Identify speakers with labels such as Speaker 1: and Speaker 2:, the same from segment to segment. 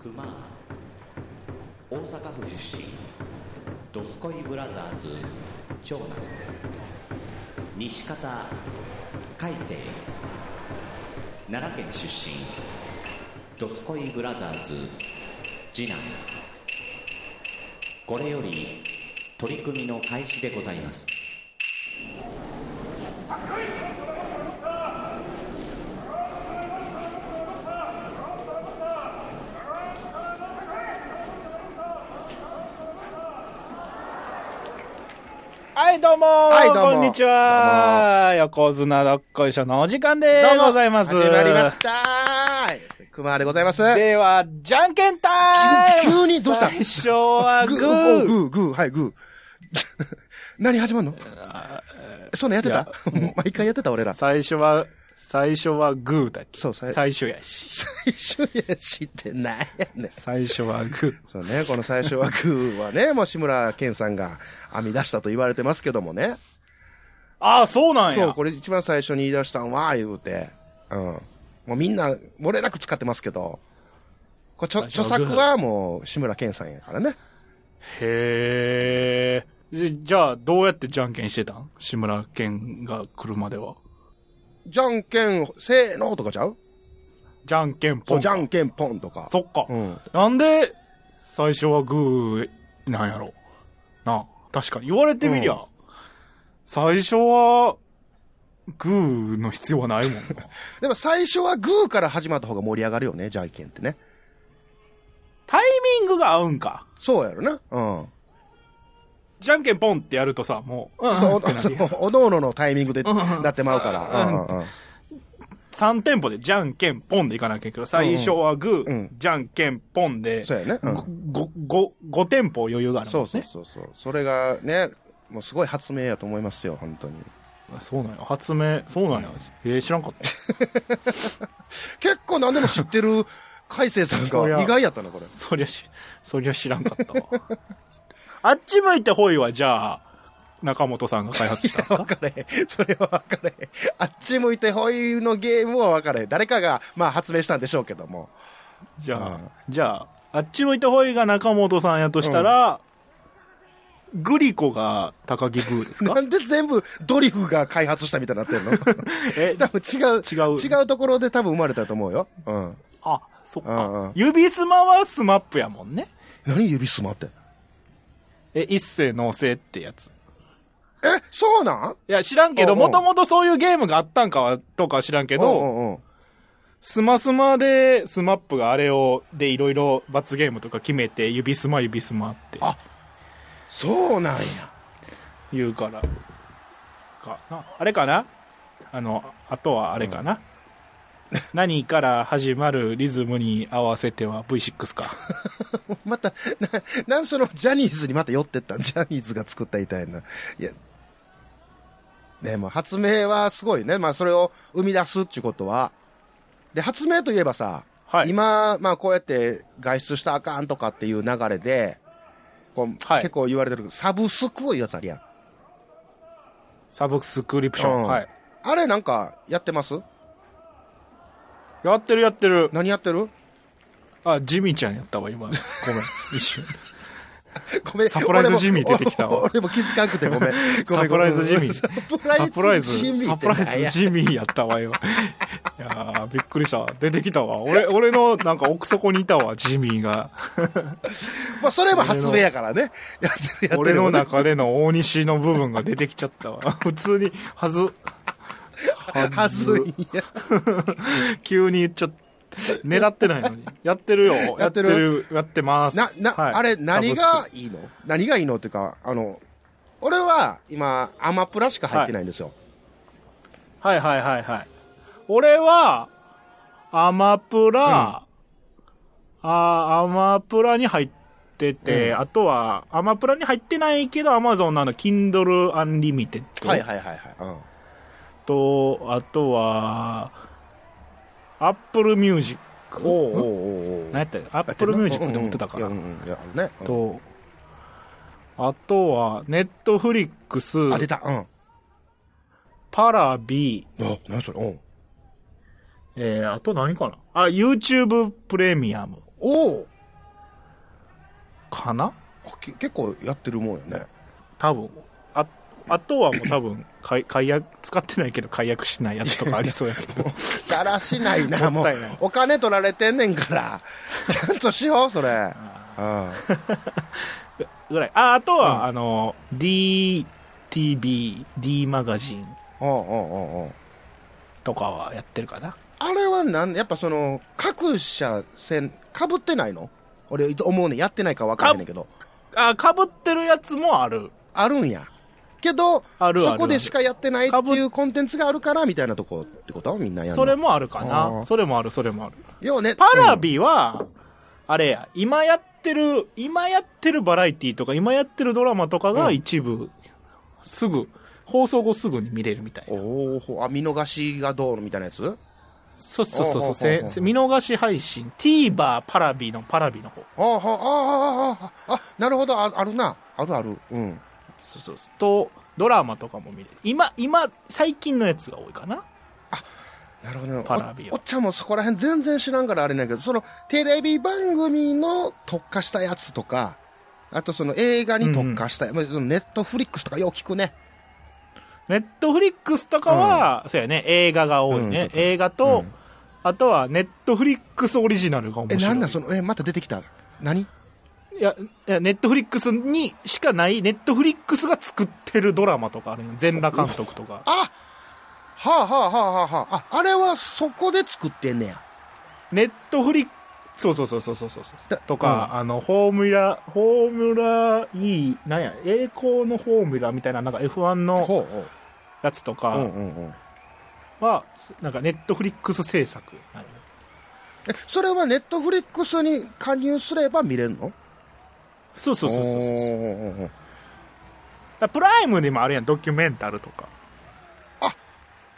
Speaker 1: 熊大阪府出身ドスコイブラザーズ長男西方海星奈良県出身ドスコイブラザーズ次男これより取り組みの開始でございます
Speaker 2: はい、どうもー
Speaker 3: はいどうも
Speaker 2: こんにちは横綱どっこいしょのお時間で
Speaker 3: どうも
Speaker 2: ございます。
Speaker 3: 始まりました熊でございます。
Speaker 2: では、じゃんけんタイム
Speaker 3: 急にどうした
Speaker 2: 最初はグ
Speaker 3: グー、
Speaker 2: ー
Speaker 3: おグー、グー、はい、グー。 何始まんのそんなんやってたもう毎回やってた俺ら。
Speaker 2: 最初は、最初はグーだっけ
Speaker 3: そうさい
Speaker 2: 最初やし。
Speaker 3: 最初やしってなんやねん。
Speaker 2: 最初は グ
Speaker 3: そうね、この最初はグーはね、もう志村けんさんが編み出したと言われてますけどもね。
Speaker 2: ー。ああ、そうなんや。
Speaker 3: そう、これ一番最初に言い出したんは、言うて。うん。もうみんな、漏れなく使ってますけど。これちょ、
Speaker 2: 最初
Speaker 3: 著
Speaker 2: はグー
Speaker 3: 作はもう志村けんさんやからね。
Speaker 2: へえ。じじゃあ、どうやってじゃんけんしてたん志村けんが来るまでは。
Speaker 3: じゃんけん、せーのとかちゃう
Speaker 2: じゃんけん
Speaker 3: そ
Speaker 2: ぽ。
Speaker 3: うんじゃんけんポンとか。
Speaker 2: そっか。
Speaker 3: うん。
Speaker 2: なんで、最初はグー、なんやろ。なあ、確かに。言われてみりゃ、
Speaker 3: うん
Speaker 2: 最初は、グーの必要は ないもんな。
Speaker 3: でも最初はグーから始まった方が盛り上がるよね、じゃんけんってね。
Speaker 2: タイミングが合うんか。
Speaker 3: そうやろな。うん。
Speaker 2: じゃんけんポンってやるとさ、もう、うん、
Speaker 3: そう
Speaker 2: ってなるやん、
Speaker 3: おおのおののタイミングで
Speaker 2: うん
Speaker 3: なってまうから。うんうんうん。
Speaker 2: 3店舗でじゃんけんポンでいかなきゃいけないけど、最初はグー、
Speaker 3: うん
Speaker 2: じゃんけんポンで、
Speaker 3: そうやね。うん。
Speaker 2: ごご5店舗余裕があるもん
Speaker 3: そ
Speaker 2: ね。
Speaker 3: うそうそうそう。それがね、もうすごい発明やと思いますよ、本当に。
Speaker 2: あそうなんや。発明、そうなんや。えー、知らんかった。
Speaker 3: 結構何でも知って る海星さん
Speaker 2: そりゃ
Speaker 3: が意外やったな、これ。
Speaker 2: そりゃし、そりゃ知らんかったわ。あっち向いてほいは、じゃあ、中本さんが開発したんですか
Speaker 3: 分かれへん。それは分かれへん。あっち向いてほいのゲームは分かれへん。誰かが、まあ発明したんでしょうけども。
Speaker 2: じゃあ
Speaker 3: うん、
Speaker 2: じゃあ、あっち向いてほいが中本さんやとしたら、グリコが高木ブーです
Speaker 3: な
Speaker 2: か
Speaker 3: んで全部ドリフが開発したみたいになって んの
Speaker 2: え、
Speaker 3: 多分違う、
Speaker 2: 違う
Speaker 3: 違うところで多分生まれたと思うよ。うん。
Speaker 2: あ、そっ
Speaker 3: うんう
Speaker 2: か
Speaker 3: ん。
Speaker 2: 指すまはスマップやもんね。
Speaker 3: 何指すまって。
Speaker 2: え、一世のせってやつ。
Speaker 3: え、そうなん
Speaker 2: いや、知らんけど、
Speaker 3: うんう
Speaker 2: も
Speaker 3: ん
Speaker 2: ともとそういうゲームがあったんかは、とかは知らんけど、
Speaker 3: うんうんうん
Speaker 2: スマスマで、スマップがあれを、で、いろいろ罰ゲームとか決めて、指スマ指スマって
Speaker 3: あそうなんや。
Speaker 2: 言うから。かなあれかなあの、あとはあれかな、何から始まるリズムに合わせては V6 か。
Speaker 3: また、な、なんそのジャニーズにまた寄ってったジャニーズが作ったみたいな。いや。でも発明はすごいね。まあそれを生み出すっていうことは。で、発明といえばさ、
Speaker 2: はい
Speaker 3: 今、まあこうやって外出したらあかんとかっていう流れで、こう
Speaker 2: はい
Speaker 3: 結構言われてるけどサブスクいうやつあるやん。
Speaker 2: サブスクリプション。
Speaker 3: うん
Speaker 2: はい。
Speaker 3: あれなんかやってます
Speaker 2: やってるやってる。
Speaker 3: 何やってる
Speaker 2: あ、ジミーちゃんやったわ、 今。ごめん。一瞬。
Speaker 3: ごめ ん。
Speaker 2: サプライズジミー出てきたわ
Speaker 3: 俺も俺も気づかんくてごめん。ごめ
Speaker 2: サ
Speaker 3: ん
Speaker 2: プ
Speaker 3: ご
Speaker 2: ラ
Speaker 3: め
Speaker 2: イ
Speaker 3: ん
Speaker 2: ズジミー。
Speaker 3: サプライズジミー。
Speaker 2: サプライズ、サプラ
Speaker 3: ってなん
Speaker 2: イ
Speaker 3: や
Speaker 2: ズジミーやったわよ。いやー、びっくりした。出てきたわ。俺、俺のなんか奥底にいたわ、ジミーが。
Speaker 3: まあ、それも発明やからね。やってる、やって
Speaker 2: 俺
Speaker 3: る。
Speaker 2: の中での大西の部分が出てきちゃったわ。普通に、はず。は
Speaker 3: はずい。
Speaker 2: 急に言っちゃった。狙ってないのに。 やってるよ。や
Speaker 3: や
Speaker 2: っ
Speaker 3: っててる
Speaker 2: る。やってます。
Speaker 3: な、な、
Speaker 2: はい
Speaker 3: あれ、何
Speaker 2: サブ
Speaker 3: が
Speaker 2: ス
Speaker 3: いいの何がいいのっていうか、あの、俺は今、アマプラしか入ってないんですよ。
Speaker 2: クはいはいはいはい。俺は、アマプラ、あーアマプラに入ってて、
Speaker 3: うん
Speaker 2: あとは、アマプラに入ってないけど、アマゾンのあの、Kindle Unlimited
Speaker 3: はい、はい、はいはいはい。うん。
Speaker 2: と、あとは、Apple Music。
Speaker 3: おうおうおうおう
Speaker 2: 何やったアップルミュージックで持ってたから、
Speaker 3: うんうんうんいや、あるね。うん
Speaker 2: とあとはネットフリックス
Speaker 3: あ、出た。うん。
Speaker 2: パラビ
Speaker 3: あ、何それ。うん。
Speaker 2: えー、あと何かなあ、YouTube プレミアム
Speaker 3: おお
Speaker 2: かな
Speaker 3: 結構やってるもんよね。
Speaker 2: 多分。あ、あとはもう多分、解解約、使ってないけど解約しないやつとかありそうやけ ど。
Speaker 3: だらしない な、
Speaker 2: もっ
Speaker 3: もう
Speaker 2: たいない。
Speaker 3: お金取られてんねんから。 ちゃんとしよう、それ。うん。
Speaker 2: ぐらい。あ、あとは、
Speaker 3: うん
Speaker 2: あの、DTV、D マガジン
Speaker 3: おうおうおうおう
Speaker 2: とかはやってるかな。
Speaker 3: あれはなん、やっぱその、各社せん、かぶってないの俺、思うねんやってないか分かんないけど。
Speaker 2: あ、かぶってるやつもある。
Speaker 3: あるんや。けど、
Speaker 2: あるあるある
Speaker 3: そこでしかやってないって
Speaker 2: かぶ
Speaker 3: いうコンテンツがあるから、みたいなとこってことみんなやるの。
Speaker 2: それもあるか
Speaker 3: あ
Speaker 2: な。
Speaker 3: ー
Speaker 2: それもある、それもある。
Speaker 3: ようね。
Speaker 2: パラビは、あれや、今やってる、今やってるバラエティとか、今やってるドラマとか
Speaker 3: う
Speaker 2: が
Speaker 3: ん
Speaker 2: 一部、すぐ、放送後すぐに見れるみたい
Speaker 3: うん
Speaker 2: な。
Speaker 3: おーあ、見逃しがどうのみたいなやつ
Speaker 2: そうそうそう
Speaker 3: おうおうおうお
Speaker 2: そううせ、せ見逃し配信、TVer パラビのパラビの方。
Speaker 3: ああ、ああ、ああ、ああ、なるほど、ああるな。あるある。うん。
Speaker 2: そうそうそうと、ドラマとかも見れる。今、今、最近のやつが多いかな。
Speaker 3: なるほど。
Speaker 2: パラビ
Speaker 3: おおっちゃんもそこら辺全然知らんからあれなんやけど、そのテレビ番組の特化したやつとか、あとその映画に特化した、まあそのネットフリックスとかよう聞くね。
Speaker 2: ネットフリックスとかは、そうやね、映画が多いね。
Speaker 3: うんとか
Speaker 2: 映画と、
Speaker 3: うん
Speaker 2: あとはネットフリックスオリジナルが面
Speaker 3: え、
Speaker 2: 白い。
Speaker 3: なんだその、え、また出てきた。何
Speaker 2: いや、いやネットフリックスにしかない、ネットフリックスが作ってるドラマとかあるよ。全裸監督と か。
Speaker 3: あはあはあはあはあはあ。あ、あれはそこで作ってんねや。
Speaker 2: ネットフリックス、そうそうそうそうそうそう
Speaker 3: だ
Speaker 2: とか、あの、フォーミュラ、フォーミュラ E、なんや、栄光のフォーミュラみたいな、なんか F1 の
Speaker 3: ほうほう。
Speaker 2: やつと
Speaker 3: うん
Speaker 2: か
Speaker 3: うんうん。
Speaker 2: は、なんかネットフリックス制作。なんや
Speaker 3: え、それはネットフリックスに加入すれば見れるの
Speaker 2: そうそうそうそうそう。だか
Speaker 3: おーおーおー
Speaker 2: らプライムでもあるやん、ドキュメンタルとか。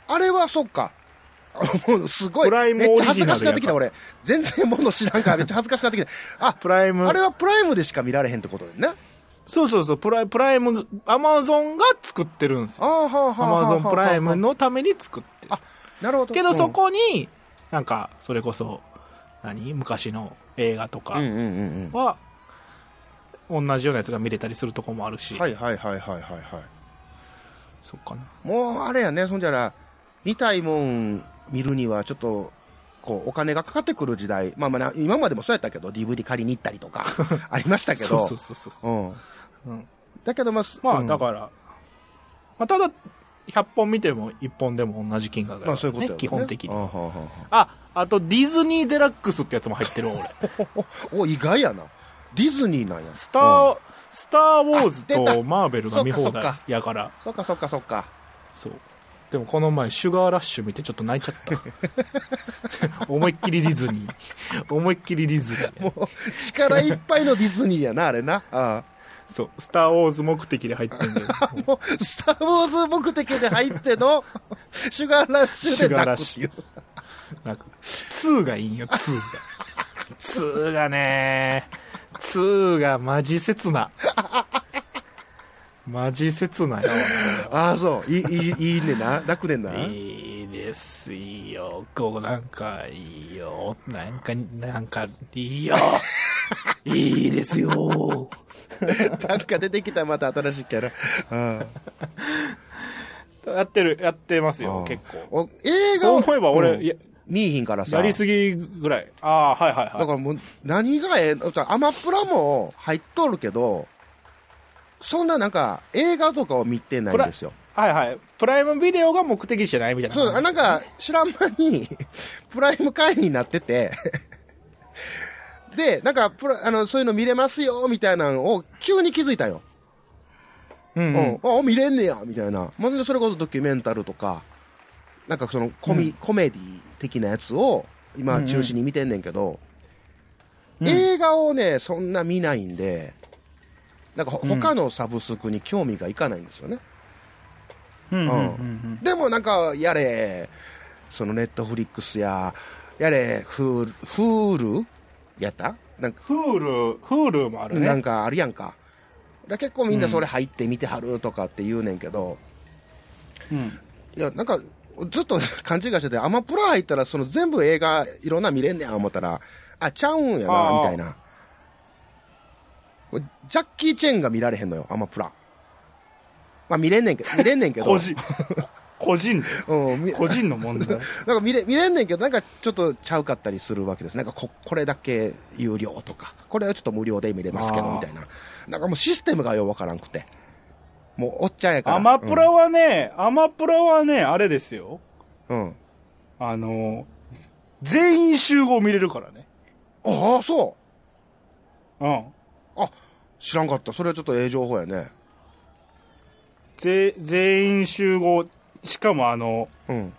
Speaker 3: あれはそっか。あもうすごい。
Speaker 2: プライム
Speaker 3: めっちゃ恥ずかし
Speaker 2: オリジナルやから
Speaker 3: なってきた俺。全然もの知らんからめっちゃ恥ずかしなってきた。あ、
Speaker 2: プライム
Speaker 3: あれはプライムでしか見られへんってことだよね。
Speaker 2: そうそうそう、プライプライム、アマゾンが作ってるんです
Speaker 3: あ
Speaker 2: よ。
Speaker 3: ーはあはあ
Speaker 2: ア
Speaker 3: はあはあ
Speaker 2: マゾンプライム
Speaker 3: は
Speaker 2: のために作ってる
Speaker 3: あ。あなるほど。
Speaker 2: けど
Speaker 3: うん
Speaker 2: そ。こに、なんか、それこそ、何昔の映画と
Speaker 3: うんうん
Speaker 2: か
Speaker 3: うんうん。
Speaker 2: は、同じようなやつが見れたりするとこもあるし、
Speaker 3: はいはいはいはいはいは
Speaker 2: そっかな。
Speaker 3: い。もうあれやね、そんじゃら、見たいもん見るにはちょっと、こう、お金がかかってくる時代。まあまあな、今までもそうやったけど、DVD 借りに行った りとか、ありましたけ
Speaker 2: そ
Speaker 3: ど。
Speaker 2: うそうそうそう。
Speaker 3: うん。
Speaker 2: うん
Speaker 3: だけどまあ、
Speaker 2: ま
Speaker 3: う
Speaker 2: あ、
Speaker 3: ん
Speaker 2: だから、まあ、ただ、100本見ても1本でも同じ金額だから
Speaker 3: まあそういうことやもんね
Speaker 2: 基本的
Speaker 3: あ
Speaker 2: に。
Speaker 3: ーはあはあはあ
Speaker 2: あ、あと、ディズニーデラックスってやつも入ってるわ俺。
Speaker 3: お意外やなディズニーなんや
Speaker 2: スター、
Speaker 3: うん
Speaker 2: スター・ウォーズ
Speaker 3: あ出
Speaker 2: と
Speaker 3: た
Speaker 2: マーベルが見放
Speaker 3: そっかそっ
Speaker 2: 題
Speaker 3: か
Speaker 2: やから、
Speaker 3: そっかそっかそっか
Speaker 2: そう。でもこの前、シュガーラッシュ見てちょっと泣いちゃった。 思いっきりディズニー。思いっきりディズニー。
Speaker 3: もう力いっぱいのディズニーやなあれなあ
Speaker 2: そう。スター・ウォーズ目的で入ってんだよ。
Speaker 3: あもうスター・ウォーズ目的で入っての シュガーラッシュで泣くっていう
Speaker 2: なんか、2がいいんよ、2が。2がね、2がマジ切な。マジ切なよ。
Speaker 3: ああそういいいいいいねんな泣くねんない
Speaker 2: いですよ。こう、なんか、いいよ。なんか、なんか、いいよ。いいですよ。
Speaker 3: なんか出てきたまた新しいキャラあ
Speaker 2: やってる、やってます
Speaker 3: あ
Speaker 2: よ、結構。
Speaker 3: お映画
Speaker 2: そう
Speaker 3: を
Speaker 2: 思えば俺、
Speaker 3: うん
Speaker 2: や
Speaker 3: 見いひんからさ
Speaker 2: やりすぎぐらい。ああ、はいはい
Speaker 3: だ
Speaker 2: は
Speaker 3: からもう、何がええの、アマプラも入っとるけど、そんななんか、映画とかを見てないんですよ。
Speaker 2: い。はいはい。プライムビデオが目的じゃないみたいな話
Speaker 3: そ
Speaker 2: です
Speaker 3: う、
Speaker 2: よ。
Speaker 3: あなんか、知らん間に、 プライム会員になってて、で、なんかプラ、あの、そういうの見れますよ、みたいなのを、急に気づいたよ。
Speaker 2: うん
Speaker 3: う
Speaker 2: うんん。。
Speaker 3: あ、見れんねや、みたいな。まあ、それこそドキュメンタルとか、なんかそのコミ、コメディ的なやつを、今、中心に見てんねんけど、
Speaker 2: うん
Speaker 3: 映画をね、そんな見ないんで、なんかほ他のサブスクに興味がいかないんですよね。
Speaker 2: うんうんうん
Speaker 3: うん
Speaker 2: うん。
Speaker 3: でもなんか、やれ、そのネットフリックスや、やれ、フール、フールやったなんか、
Speaker 2: フール、フールもある
Speaker 3: なん
Speaker 2: ね。
Speaker 3: かあるやんか。だ結構みんなそれ入って見てはるとかって言うねんけど、
Speaker 2: うん。
Speaker 3: いや、なんか、ずっと勘違いしてて、アマプラ入ったら、その全部映画いろんな見れんねん思ったら、あ、ちゃうんや
Speaker 2: あ
Speaker 3: な、
Speaker 2: ー
Speaker 3: みたいな。これジャッキー・チェンが見られへんのよ、アマプラ。まあ見れんねんけど、見れんねんけ ど。
Speaker 2: 個人、個人、
Speaker 3: うん、み
Speaker 2: 個人の問 題。
Speaker 3: なんか見れ見れんねんけど、なんかちょっとちゃうかったりするわけです。なんかここれだけ有料とか、これはちょっと無料で見れますけ
Speaker 2: あ
Speaker 3: ど
Speaker 2: ー
Speaker 3: みたいな。なんかもうシステムがようわからんくて。もうおっちゃんやから。
Speaker 2: アマプラはね、アマプラはね、あれですよ。
Speaker 3: うん。うん
Speaker 2: あの、全員集合見れるからね。
Speaker 3: ああ、そ
Speaker 2: うん。
Speaker 3: う。あ、知らんかった。それはちょっとええ情報やね。
Speaker 2: ぜ全員集合。しかもあの、
Speaker 3: うん。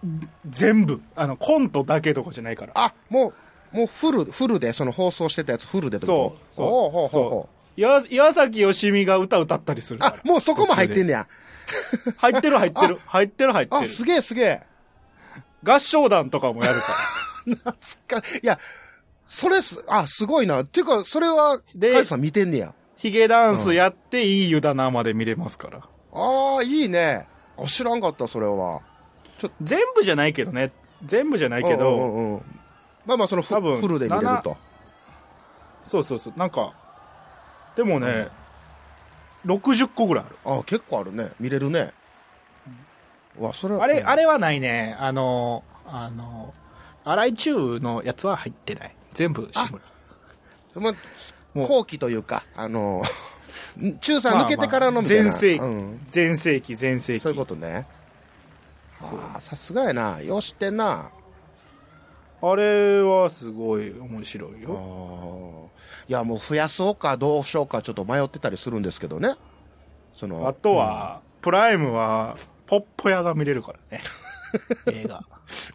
Speaker 2: 全部。あの、コントだけとかじゃないから。
Speaker 3: あ、もう、もうフル、フルで、その放送してたやつフルでってこと
Speaker 2: そうそう
Speaker 3: おうほうほうほ
Speaker 2: そう岩岩崎よしみが歌歌ったりする
Speaker 3: う。あ
Speaker 2: か、
Speaker 3: もうそこも入ってんねや。
Speaker 2: ら。入ってる入ってる。入ってる入って
Speaker 3: あ、
Speaker 2: る。
Speaker 3: すげえすげえ。
Speaker 2: 合唱団とかもやるから。
Speaker 3: 懐か、いや、それす、あ、すごいな。っていうか、それは、
Speaker 2: で
Speaker 3: カイさん見てんねや。
Speaker 2: ヒゲダンスやっていい湯だなまで見れますから。
Speaker 3: ああ、いいね。あ知らんかった、それは。
Speaker 2: 全部じゃないけどね。全部じゃないけど、
Speaker 3: うんうんうんまあまあ、そのフ
Speaker 2: 多分
Speaker 3: フルで見れると。
Speaker 2: そうそうそう。なんか、でもね、60個ぐらいある。
Speaker 3: あ結構あるね。見れるね。うわ、それ
Speaker 2: あれ、あれはないね。あの、あの、荒井中のやつは入ってない。全部、志村。
Speaker 3: まあ、
Speaker 2: もう
Speaker 3: 後期というか、あの、 中さん抜けてからのみたいな。
Speaker 2: 全盛期
Speaker 3: うん。、
Speaker 2: 全盛期、全盛期。
Speaker 3: そういうことね。はあ、さすがやな。よう知ってんな。
Speaker 2: あれはすごい面白い
Speaker 3: あ
Speaker 2: よ。
Speaker 3: ーいや、もう増やそうかどうしようかちょっと迷ってたりするんですけどね。その、
Speaker 2: あとは、プライムは、ポッポ屋が見れるからね。 映画。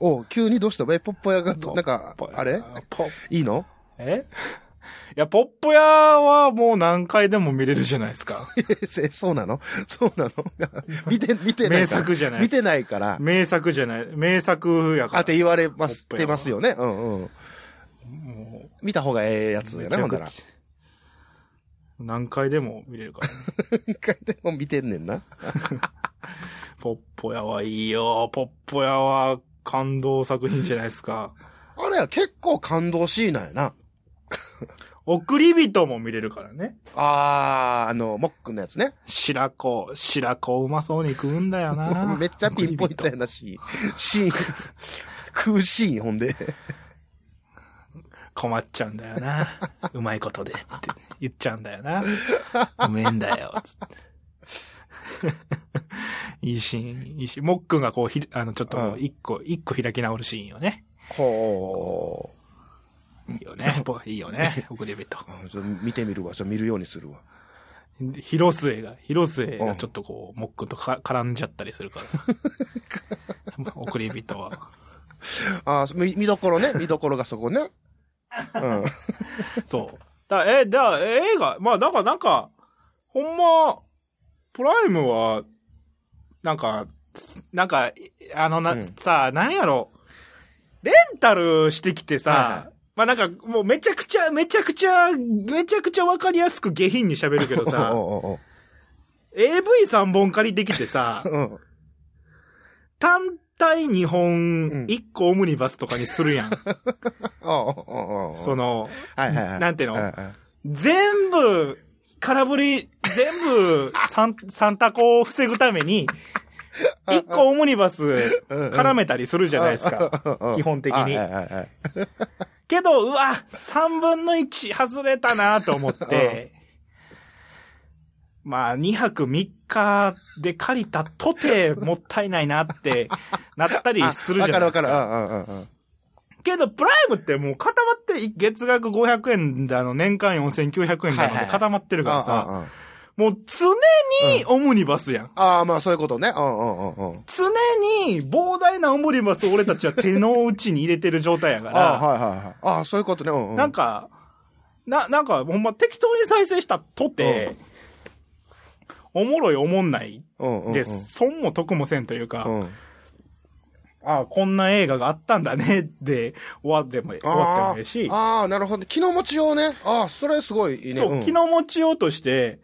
Speaker 3: おう急にどうしたえ、ポッポ屋がど、なんか
Speaker 2: ポッ、ポ屋
Speaker 3: あれ
Speaker 2: ポッ
Speaker 3: いいの
Speaker 2: えいや、ポッポ屋はもう何回でも見れるじゃないです か。
Speaker 3: え、そうなのそうなの 見て、見てな
Speaker 2: 名
Speaker 3: いから。
Speaker 2: 作じゃない
Speaker 3: 見てないから。
Speaker 2: 名作じゃない、名作やか
Speaker 3: あ
Speaker 2: ら。
Speaker 3: って言われます、
Speaker 2: ポップやわ
Speaker 3: てますよね。うんうん。
Speaker 2: も
Speaker 3: 見た方がええやつ
Speaker 2: う、
Speaker 3: や
Speaker 2: めち
Speaker 3: な、ほ
Speaker 2: ゃ
Speaker 3: ん
Speaker 2: く
Speaker 3: な
Speaker 2: ちゃ
Speaker 3: ら。
Speaker 2: 何回でも見れるから、ね。
Speaker 3: 一回でも見てんねんな。
Speaker 2: ポッポ屋はいいよ。ポッポ屋は感動作品じゃないです か。
Speaker 3: あれや、結構感動シーンなんやな。
Speaker 2: 送り人も見れるからね。
Speaker 3: あー、あの、モックンのやつね。
Speaker 2: 白子、白子うまそうに食うんだよな。
Speaker 3: めっちゃピンポイントやなし、シーン。食うシーン、ほんで。
Speaker 2: 困っちゃうんだよ な。うまいことでって言っちゃうんだよな。うめえんだよ。 つっていいシーン、いいシーン。もっくんがこうひ、あの、ちょっともう一個、一個開き直るシーンよね。
Speaker 3: ほー。
Speaker 2: いいよね。ぼいいよ ね。送り人。
Speaker 3: あちょっと見てみるわ。ちょっと見るようにするわ。
Speaker 2: 広末が、広末がちょっとこう、もっくんとか絡んじゃったりする から。送り人は。
Speaker 3: あー見見どころね。見どころがそこね。うん。
Speaker 2: そう。だえ、だ映画、まあ、だからなんか、ほんま、プライムは、なんか、なんか、いあのな、
Speaker 3: うん
Speaker 2: さあ、なんやろ、レンタルしてきてさ、
Speaker 3: はいはい
Speaker 2: まあなんか、もうめちゃくちゃ、めちゃくちゃ、めちゃくちゃわかりやすく下品に喋るけど
Speaker 3: お
Speaker 2: さ、
Speaker 3: うおう
Speaker 2: AV3 本借りてきてさ
Speaker 3: お、ううん。
Speaker 2: 単体2
Speaker 3: うん
Speaker 2: 本、1個オムニバスとかにするやん。
Speaker 3: おうおうおうおう
Speaker 2: その、
Speaker 3: はいはいはい。
Speaker 2: なんていうの
Speaker 3: うんうん
Speaker 2: 全部、空振り、全部、三、 三択を防ぐために、一個オムニバス絡めたりするじゃないですか。基本的
Speaker 3: はい
Speaker 2: に
Speaker 3: は。いはいはい
Speaker 2: けど、うわ、三分の一外れたなと思って、まあ、2泊3日で借りたとて、もったいないなって、なったりするじゃないです
Speaker 3: あ
Speaker 2: か。
Speaker 3: わかるわかる。うんうんうんうん。
Speaker 2: けど、プライムってもう固まって、月額500円だの、年間4900円だので固まってるからさ、
Speaker 3: あ
Speaker 2: もう常にオムニバスやん。
Speaker 3: ああ、まあそういうことね。うんうんうんうん。
Speaker 2: 常に膨大なオムニバスを俺たちは手の内に入れてる状態やか
Speaker 3: あ
Speaker 2: ら、
Speaker 3: あ、はいはいはい。ああ、そういうことね。うんうん。
Speaker 2: なんか、な、なんかほんま適当に再生したとて、おもろいおもんない
Speaker 3: うんうんうん、
Speaker 2: で、損も得もせんというか、
Speaker 3: うん。
Speaker 2: ああ、こんな映画があったんだねで終わっても、終わっても
Speaker 3: あ
Speaker 2: いいし
Speaker 3: あ、、ああ、なるほど。気の持ちようね。ああ、それすごいいいね。
Speaker 2: そう、
Speaker 3: ん
Speaker 2: 気の持ちようとして、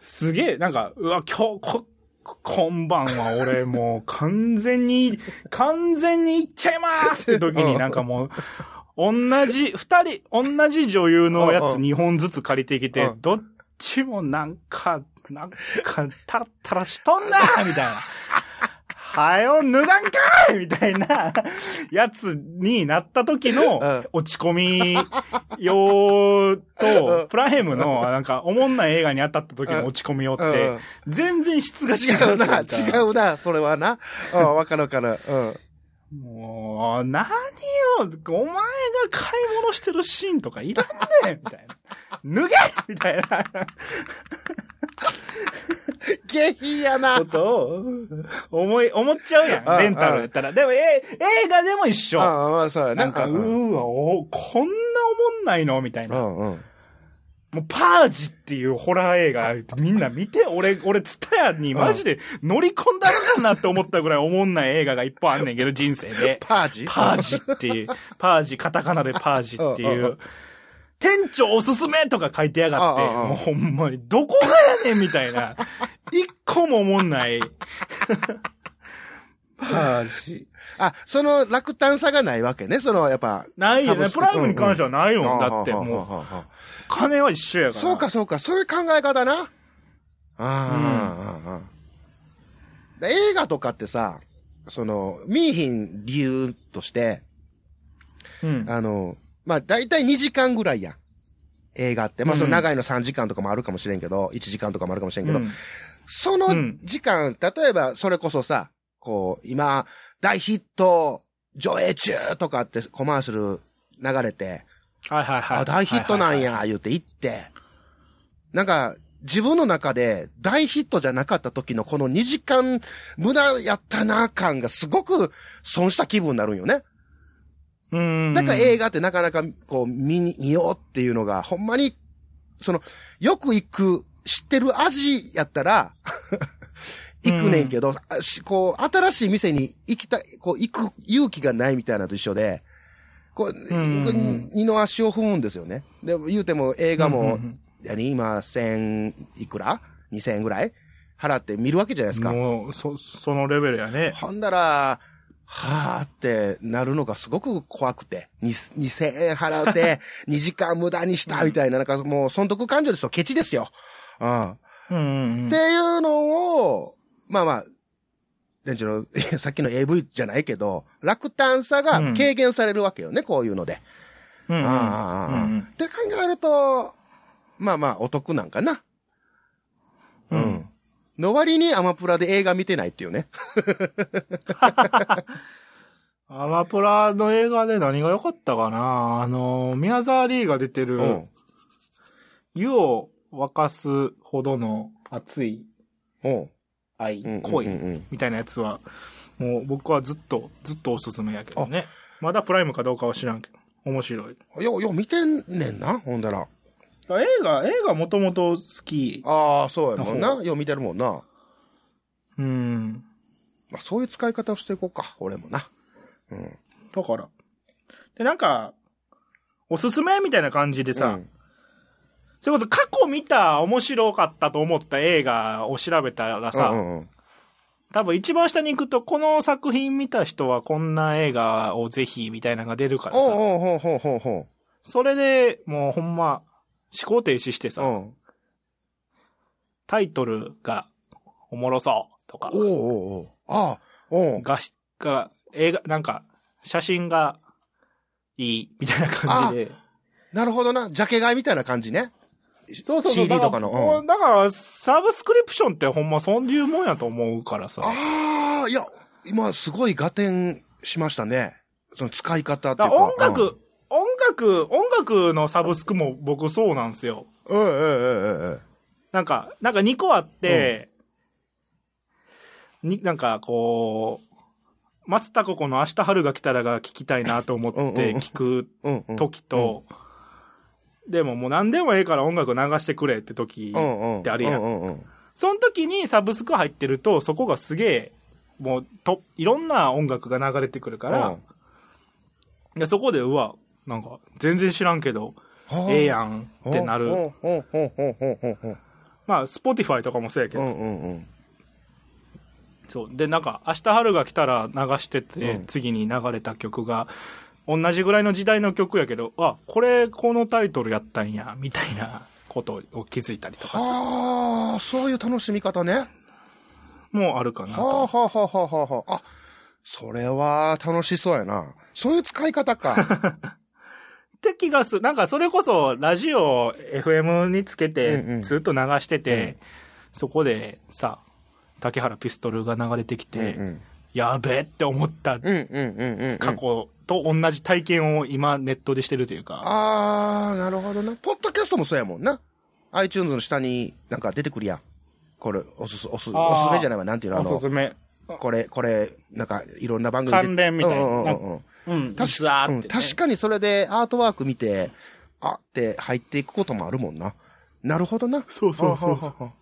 Speaker 2: すげえ、なんか、うわ、今日、こ、今晩は俺もう完全に、 完全に行っちゃいますって時になんかもう、同じ、二人、同じ女優のや
Speaker 3: う
Speaker 2: つ
Speaker 3: んうん
Speaker 2: 2本ずつ借りてきて
Speaker 3: う、ん
Speaker 2: どっちもなんか、なんか、たらたらしとんなみたいな。はよ、脱がんかいみたいな、やつになった時
Speaker 3: うん
Speaker 2: の、落ち込み用
Speaker 3: うん
Speaker 2: と、プラヘムの、なんか、おもんない映画に当たった時の落ち込み用っ
Speaker 3: うん
Speaker 2: て、全然質が違
Speaker 3: 違う
Speaker 2: うと
Speaker 3: な、
Speaker 2: いうか。
Speaker 3: 違うな、それはな。うん、わかるわかる。うん。
Speaker 2: もう、何よ、お前が買い物してるシーンとかいらんねんみたいな。脱げみたいな
Speaker 3: 下品やな
Speaker 2: こ。とを、思い、思っちゃうやん。
Speaker 3: うん
Speaker 2: レンタルやったら。でも、え、映画でも一緒。
Speaker 3: ああ、まあ、そうやな。
Speaker 2: なんか、う
Speaker 3: ううん。
Speaker 2: ーわ、お、こんなおもんないのみたいうな。
Speaker 3: んうん。
Speaker 2: もう、パージっていうホラー映画、みんな見て、俺、 俺、ツタヤにマジで乗り込んだのかなって思ったぐらいおもんない映画が一本あんねんけど、人生で。
Speaker 3: パージ
Speaker 2: パージっていう、パージ、カタカナでパージって
Speaker 3: う
Speaker 2: い
Speaker 3: んうん
Speaker 2: う、店長おすすめとか書いてやがって、
Speaker 3: うんうんうん
Speaker 2: もうほんまに、どこがやねんみたいな、一個も思ん ない。パージ。
Speaker 3: あ、その落胆さがないわけね。その、やっぱ。
Speaker 2: ないよ
Speaker 3: サブ
Speaker 2: ね。
Speaker 3: ス
Speaker 2: プライムに関してはない
Speaker 3: うんう
Speaker 2: よ。
Speaker 3: ん
Speaker 2: だってもう、
Speaker 3: うんうんうんうん
Speaker 2: 金は一緒やから。
Speaker 3: そうか、そうか、そういう考え方な。ああ、うんうんうんで映画とかってさ、その、見えひん理由として、
Speaker 2: うん。
Speaker 3: あの、まあ、だいたい2時間ぐらいやん。映画って。まあ、
Speaker 2: うん
Speaker 3: その長いの3時間とかもあるかもしれんけど、1時間とかもあるかもしれんけど、
Speaker 2: うん
Speaker 3: そうの
Speaker 2: ん
Speaker 3: 時間、例えば、それこそさ、こう、今、大ヒット、上映中とかってコマーシャル流れて、
Speaker 2: はいはいはい。
Speaker 3: あ、大ヒットなん
Speaker 2: はいはい
Speaker 3: や、言って行って。なんか、自分の中で大ヒットじゃなかった時のこの2時間無駄やったな感がすごく損した気分になるんよね。
Speaker 2: はい。うん。
Speaker 3: なんか映画ってなかなかこう見に、見ようっていうのがほんまに、その、よく行く、知ってる味やったら、 行くねんけど、あしこう、新しい店に行きたい、こう、行く勇気がないみたいなのと一緒で、こう、
Speaker 2: んうんうん
Speaker 3: 二の足を踏むんですよね。で、言うても映画
Speaker 2: うんうんう
Speaker 3: も
Speaker 2: ん、
Speaker 3: 何今、千いくら二千円ぐらい払って見るわけじゃないですか。
Speaker 2: もう、そ、そのレベルやね。
Speaker 3: ほんだら、はーってなるのがすごく怖くて、に2000円払って、2時 間無駄にしたみたいな、なんかもう損得感情ですよ。ケチですよ。うん。っ
Speaker 2: うんうんうん。
Speaker 3: ていうのを、まあまあ、店長の、 さっきの AV じゃないけど、落胆さが軽減されるわけよね、こういうので。
Speaker 2: うんうん、
Speaker 3: ああああああ
Speaker 2: うんうん
Speaker 3: って考えると、まあまあ、お得なんかな。
Speaker 2: うん。
Speaker 3: の割にアマプラで映画見てないっていうね。
Speaker 2: アマプラの映画で何が良かったかなあの、宮沢りえが出て
Speaker 3: う
Speaker 2: る、。湯を沸かすほどの熱い
Speaker 3: うん。
Speaker 2: 愛
Speaker 3: うん、うん
Speaker 2: 恋
Speaker 3: うんうん
Speaker 2: みたいなやつは、もう僕はずっと、ずっとおすすめやけどね。まだプライムかどうかは知らんけど。面白い。
Speaker 3: よう、よう見てんねんな、ほんだら。
Speaker 2: 映画、映画もともと好き。
Speaker 3: ああ、そうやもん
Speaker 2: な
Speaker 3: な
Speaker 2: ほ。
Speaker 3: よう見てるもんな。
Speaker 2: うん。
Speaker 3: まあ、そういう使い方をしていこうか、俺もな。うん。
Speaker 2: だから。で、なんか、おすすめみたいな感じでさ、
Speaker 3: うん
Speaker 2: それこそ過去見た面白かったと思った映画を調べたらさ、
Speaker 3: うんうん
Speaker 2: 多分一番下に行くと、この作品見た人はこんな映画をぜひみたいなのが出るから
Speaker 3: おう
Speaker 2: さ、
Speaker 3: おうほうほうほうほ
Speaker 2: それでもうほんま思考停止して
Speaker 3: う。う
Speaker 2: さ、
Speaker 3: ん。
Speaker 2: タイトルがおもろそうとか、
Speaker 3: おうおうおう。ああ、おう。
Speaker 2: 画質が、映画、なんか写真がいいみたいな感じで。
Speaker 3: なるほどな。ジャケ買いみたいな感じね。
Speaker 2: そうそうそう。
Speaker 3: CD とかの
Speaker 2: だら
Speaker 3: う
Speaker 2: だから、サブスクリプションってほんまそういうもんやと思うからさ。
Speaker 3: ああ、いや、今すごい合点しましたね。その使い方ってい
Speaker 2: だ
Speaker 3: う
Speaker 2: か。
Speaker 3: から
Speaker 2: 音楽、
Speaker 3: うん
Speaker 2: 音楽、音楽のサブスクも僕そうなんですよ。
Speaker 3: えええええええ
Speaker 2: なんか、なんか2個あって、に、なんかこう、松たこ子の明日春が来たらが聞きたいなと思っ
Speaker 3: うんうん
Speaker 2: て
Speaker 3: うん
Speaker 2: 聞く
Speaker 3: えうんうん。
Speaker 2: 時と、でももう何でもええから音楽流してくれって時
Speaker 3: うんうん、
Speaker 2: ってあるやん
Speaker 3: うんうんうん。
Speaker 2: その時にサブスク入ってると、そこがすげえ、もうと、いろんな音楽が流れてくるから、でそこで、うわ、なんか、全然知らんけど、
Speaker 3: うん、
Speaker 2: ええ
Speaker 3: ん
Speaker 2: やんってなる。。
Speaker 3: うんうんうんうんうんうん
Speaker 2: まあ、スポティファイとかもそうやけ
Speaker 3: う
Speaker 2: ど、
Speaker 3: んうんうん。
Speaker 2: そうでなんか「明日春が来たら」流してて、
Speaker 3: うん
Speaker 2: 次に流れた曲が同じぐらいの時代の曲やけどあこれこのタイトルやったんやみたいなことを気づいたりとかさ
Speaker 3: ああ、そういう楽しみ方ね。
Speaker 2: もうあるかな
Speaker 3: はあ
Speaker 2: と
Speaker 3: はあはあはあはあはあ。あ、それは楽しそうやな。そういう使い 方か。
Speaker 2: って気がするなんかそれこそラジオを FM につけ
Speaker 3: うんう
Speaker 2: て
Speaker 3: ん
Speaker 2: ずっと流してて、
Speaker 3: うん
Speaker 2: そこでさ竹原ピストルが流れてき
Speaker 3: うんう
Speaker 2: て、
Speaker 3: ん。
Speaker 2: やべえって思った
Speaker 3: うんうんうんうんうん。
Speaker 2: 過去と同じ体験を今ネットでしてるというか、
Speaker 3: ああ、なるほどな。ポッドキャストもそうやもんな。iTunes の下になんか出てくるやん。これ、おすす、おす、
Speaker 2: あー
Speaker 3: おすすめじゃないわ。なんていうのあ
Speaker 2: おす
Speaker 3: の
Speaker 2: す、め
Speaker 3: これ、これ、なんかいろんな番組で
Speaker 2: 関連みたいな
Speaker 3: うんうんうんうん
Speaker 2: うん
Speaker 3: 確
Speaker 2: 実はあ
Speaker 3: か
Speaker 2: ってね
Speaker 3: うん確かにそれでアートワーク見て、あって入っていくこともあるもんな。なるほどな。
Speaker 2: そうそうそうそう
Speaker 3: あははは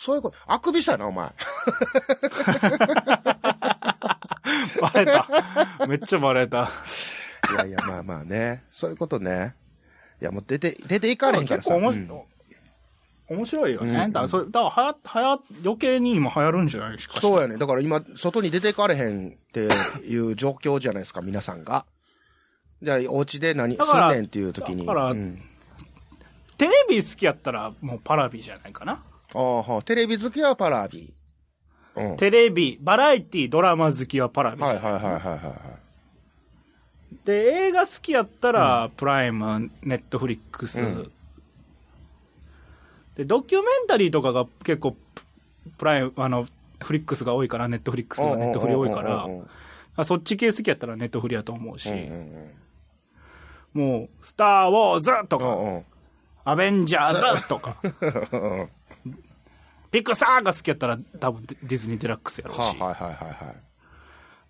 Speaker 3: そういうこと。あくびしたな、お前。
Speaker 2: バレた。 めっちゃバレた。
Speaker 3: いやいや、まあまあね。そういうことね。いや、もう出て、出ていかれへんから
Speaker 2: 結
Speaker 3: さ。
Speaker 2: 構面
Speaker 3: う
Speaker 2: 白
Speaker 3: ん
Speaker 2: い。面白いよね。
Speaker 3: うんうん
Speaker 2: だから、それ、だから、はや、はや、余計に今流行るんじゃないですかし
Speaker 3: そうやね。だから今、外に出ていかれへんっていう状況じゃないですか、皆さんが。じゃあ、お家で何す
Speaker 2: だから
Speaker 3: んねんっていう時に。
Speaker 2: だから
Speaker 3: うん
Speaker 2: テレビ好きやったら、もうパラビじゃないかな。
Speaker 3: ああはあテレビ好きはパラビ。うん。はい
Speaker 2: テレビ、バラエティ、ドラマ好きはパラビじゃ
Speaker 3: は
Speaker 2: ないい。
Speaker 3: はいはいはいはい。
Speaker 2: で、映画好きやったら、プライム、ネットフリックス、
Speaker 3: うん
Speaker 2: で、ドキュメンタリーとかが結構、ププライム、あの、フリックスが多いから、ネットフリックスがネットフリ多いから
Speaker 3: うんうんうんうん、
Speaker 2: あそっち系好きやったらネットフリやと思うし、
Speaker 3: うんうんうん
Speaker 2: もう、スター・ウォーズとか、
Speaker 3: うんうん
Speaker 2: アベンジャーズとか、ピクサーが好きやったら多分デディズニー・デラックスやろう
Speaker 3: は
Speaker 2: し、
Speaker 3: あはいはいはいはい。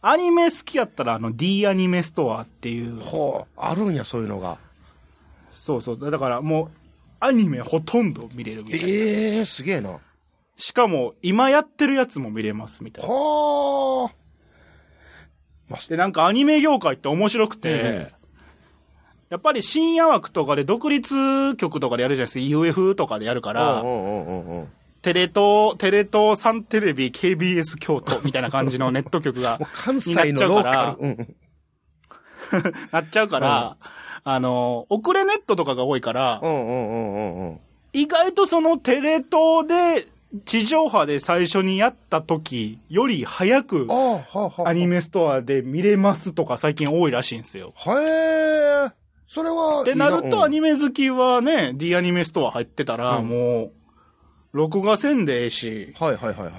Speaker 2: アニメ好きやったらあの D アニメストアっていう、
Speaker 3: ほう、あるんや、そういうのが。
Speaker 2: そうそう、だからもう、アニメほとんど見れるみたいな。
Speaker 3: ええー、すげえな。
Speaker 2: しかも、今やってるやつも見れますみたいな。
Speaker 3: ほー。
Speaker 2: で、なんかアニメ業界って面白くて、
Speaker 3: え
Speaker 2: やっぱり深夜枠とかで独立局とかでやるじゃないですか、UF とかでやるから、
Speaker 3: うんうんうんうんうん。も
Speaker 2: テレ東、テレ東サンテレビ KBS 京都みたいな感じのネ ット局が
Speaker 3: う関西のローカル。うんうん。
Speaker 2: なっちゃうから、あの、遅れネットとかが多いから、
Speaker 3: うんうんうんうんうん。
Speaker 2: 意外とそのテレ東で、地上波で最初にやった時より早く
Speaker 3: あ、あ、はあはあ。
Speaker 2: アニメストアで見れますとか最近多いらしいんですよ。
Speaker 3: へえ。それは。
Speaker 2: ってなるとアニ
Speaker 3: メ。
Speaker 2: メ好きはね、D アニメストア入ってたら、
Speaker 3: うん
Speaker 2: もう、録画せんでええし、
Speaker 3: はいはいはいはい。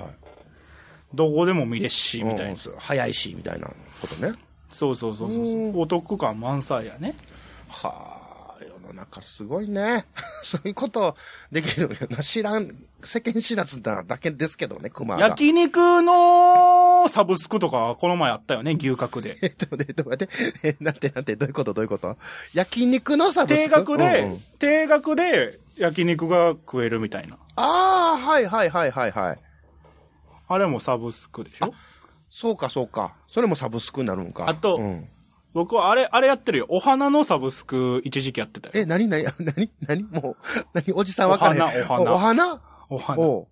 Speaker 2: どこでも見れっし、みた
Speaker 3: う
Speaker 2: い
Speaker 3: ん
Speaker 2: な。
Speaker 3: そう早いし、みたいなことね。
Speaker 2: そうそうそうそうう。お得感満載やね。
Speaker 3: はあ、世の中すごいね。 そういうことできるよな。知らん、世間知らずなだけですけどね、熊が。
Speaker 2: 焼肉のサブスクとか、この前あったよね、牛角 で。
Speaker 3: えっと、ね、どうやって、え、なんて、なんて、どういうことどういうこと焼肉のサブス
Speaker 2: 定
Speaker 3: ク
Speaker 2: 額で、
Speaker 3: うんうん
Speaker 2: 定額で焼肉が食えるみたいな。
Speaker 3: ああ、はいはいはいはいはい。
Speaker 2: あれもサブスクでしょ
Speaker 3: そうかそうか。それもサブスクになるんか。
Speaker 2: あと
Speaker 3: うん、
Speaker 2: 僕はあれ、あれやってるよ。お花のサブスク一時期やってたよ。
Speaker 3: え、なに なに、なになにもう、 なにおじさんわからへん
Speaker 2: お花お花
Speaker 3: お花
Speaker 2: お花。
Speaker 3: おう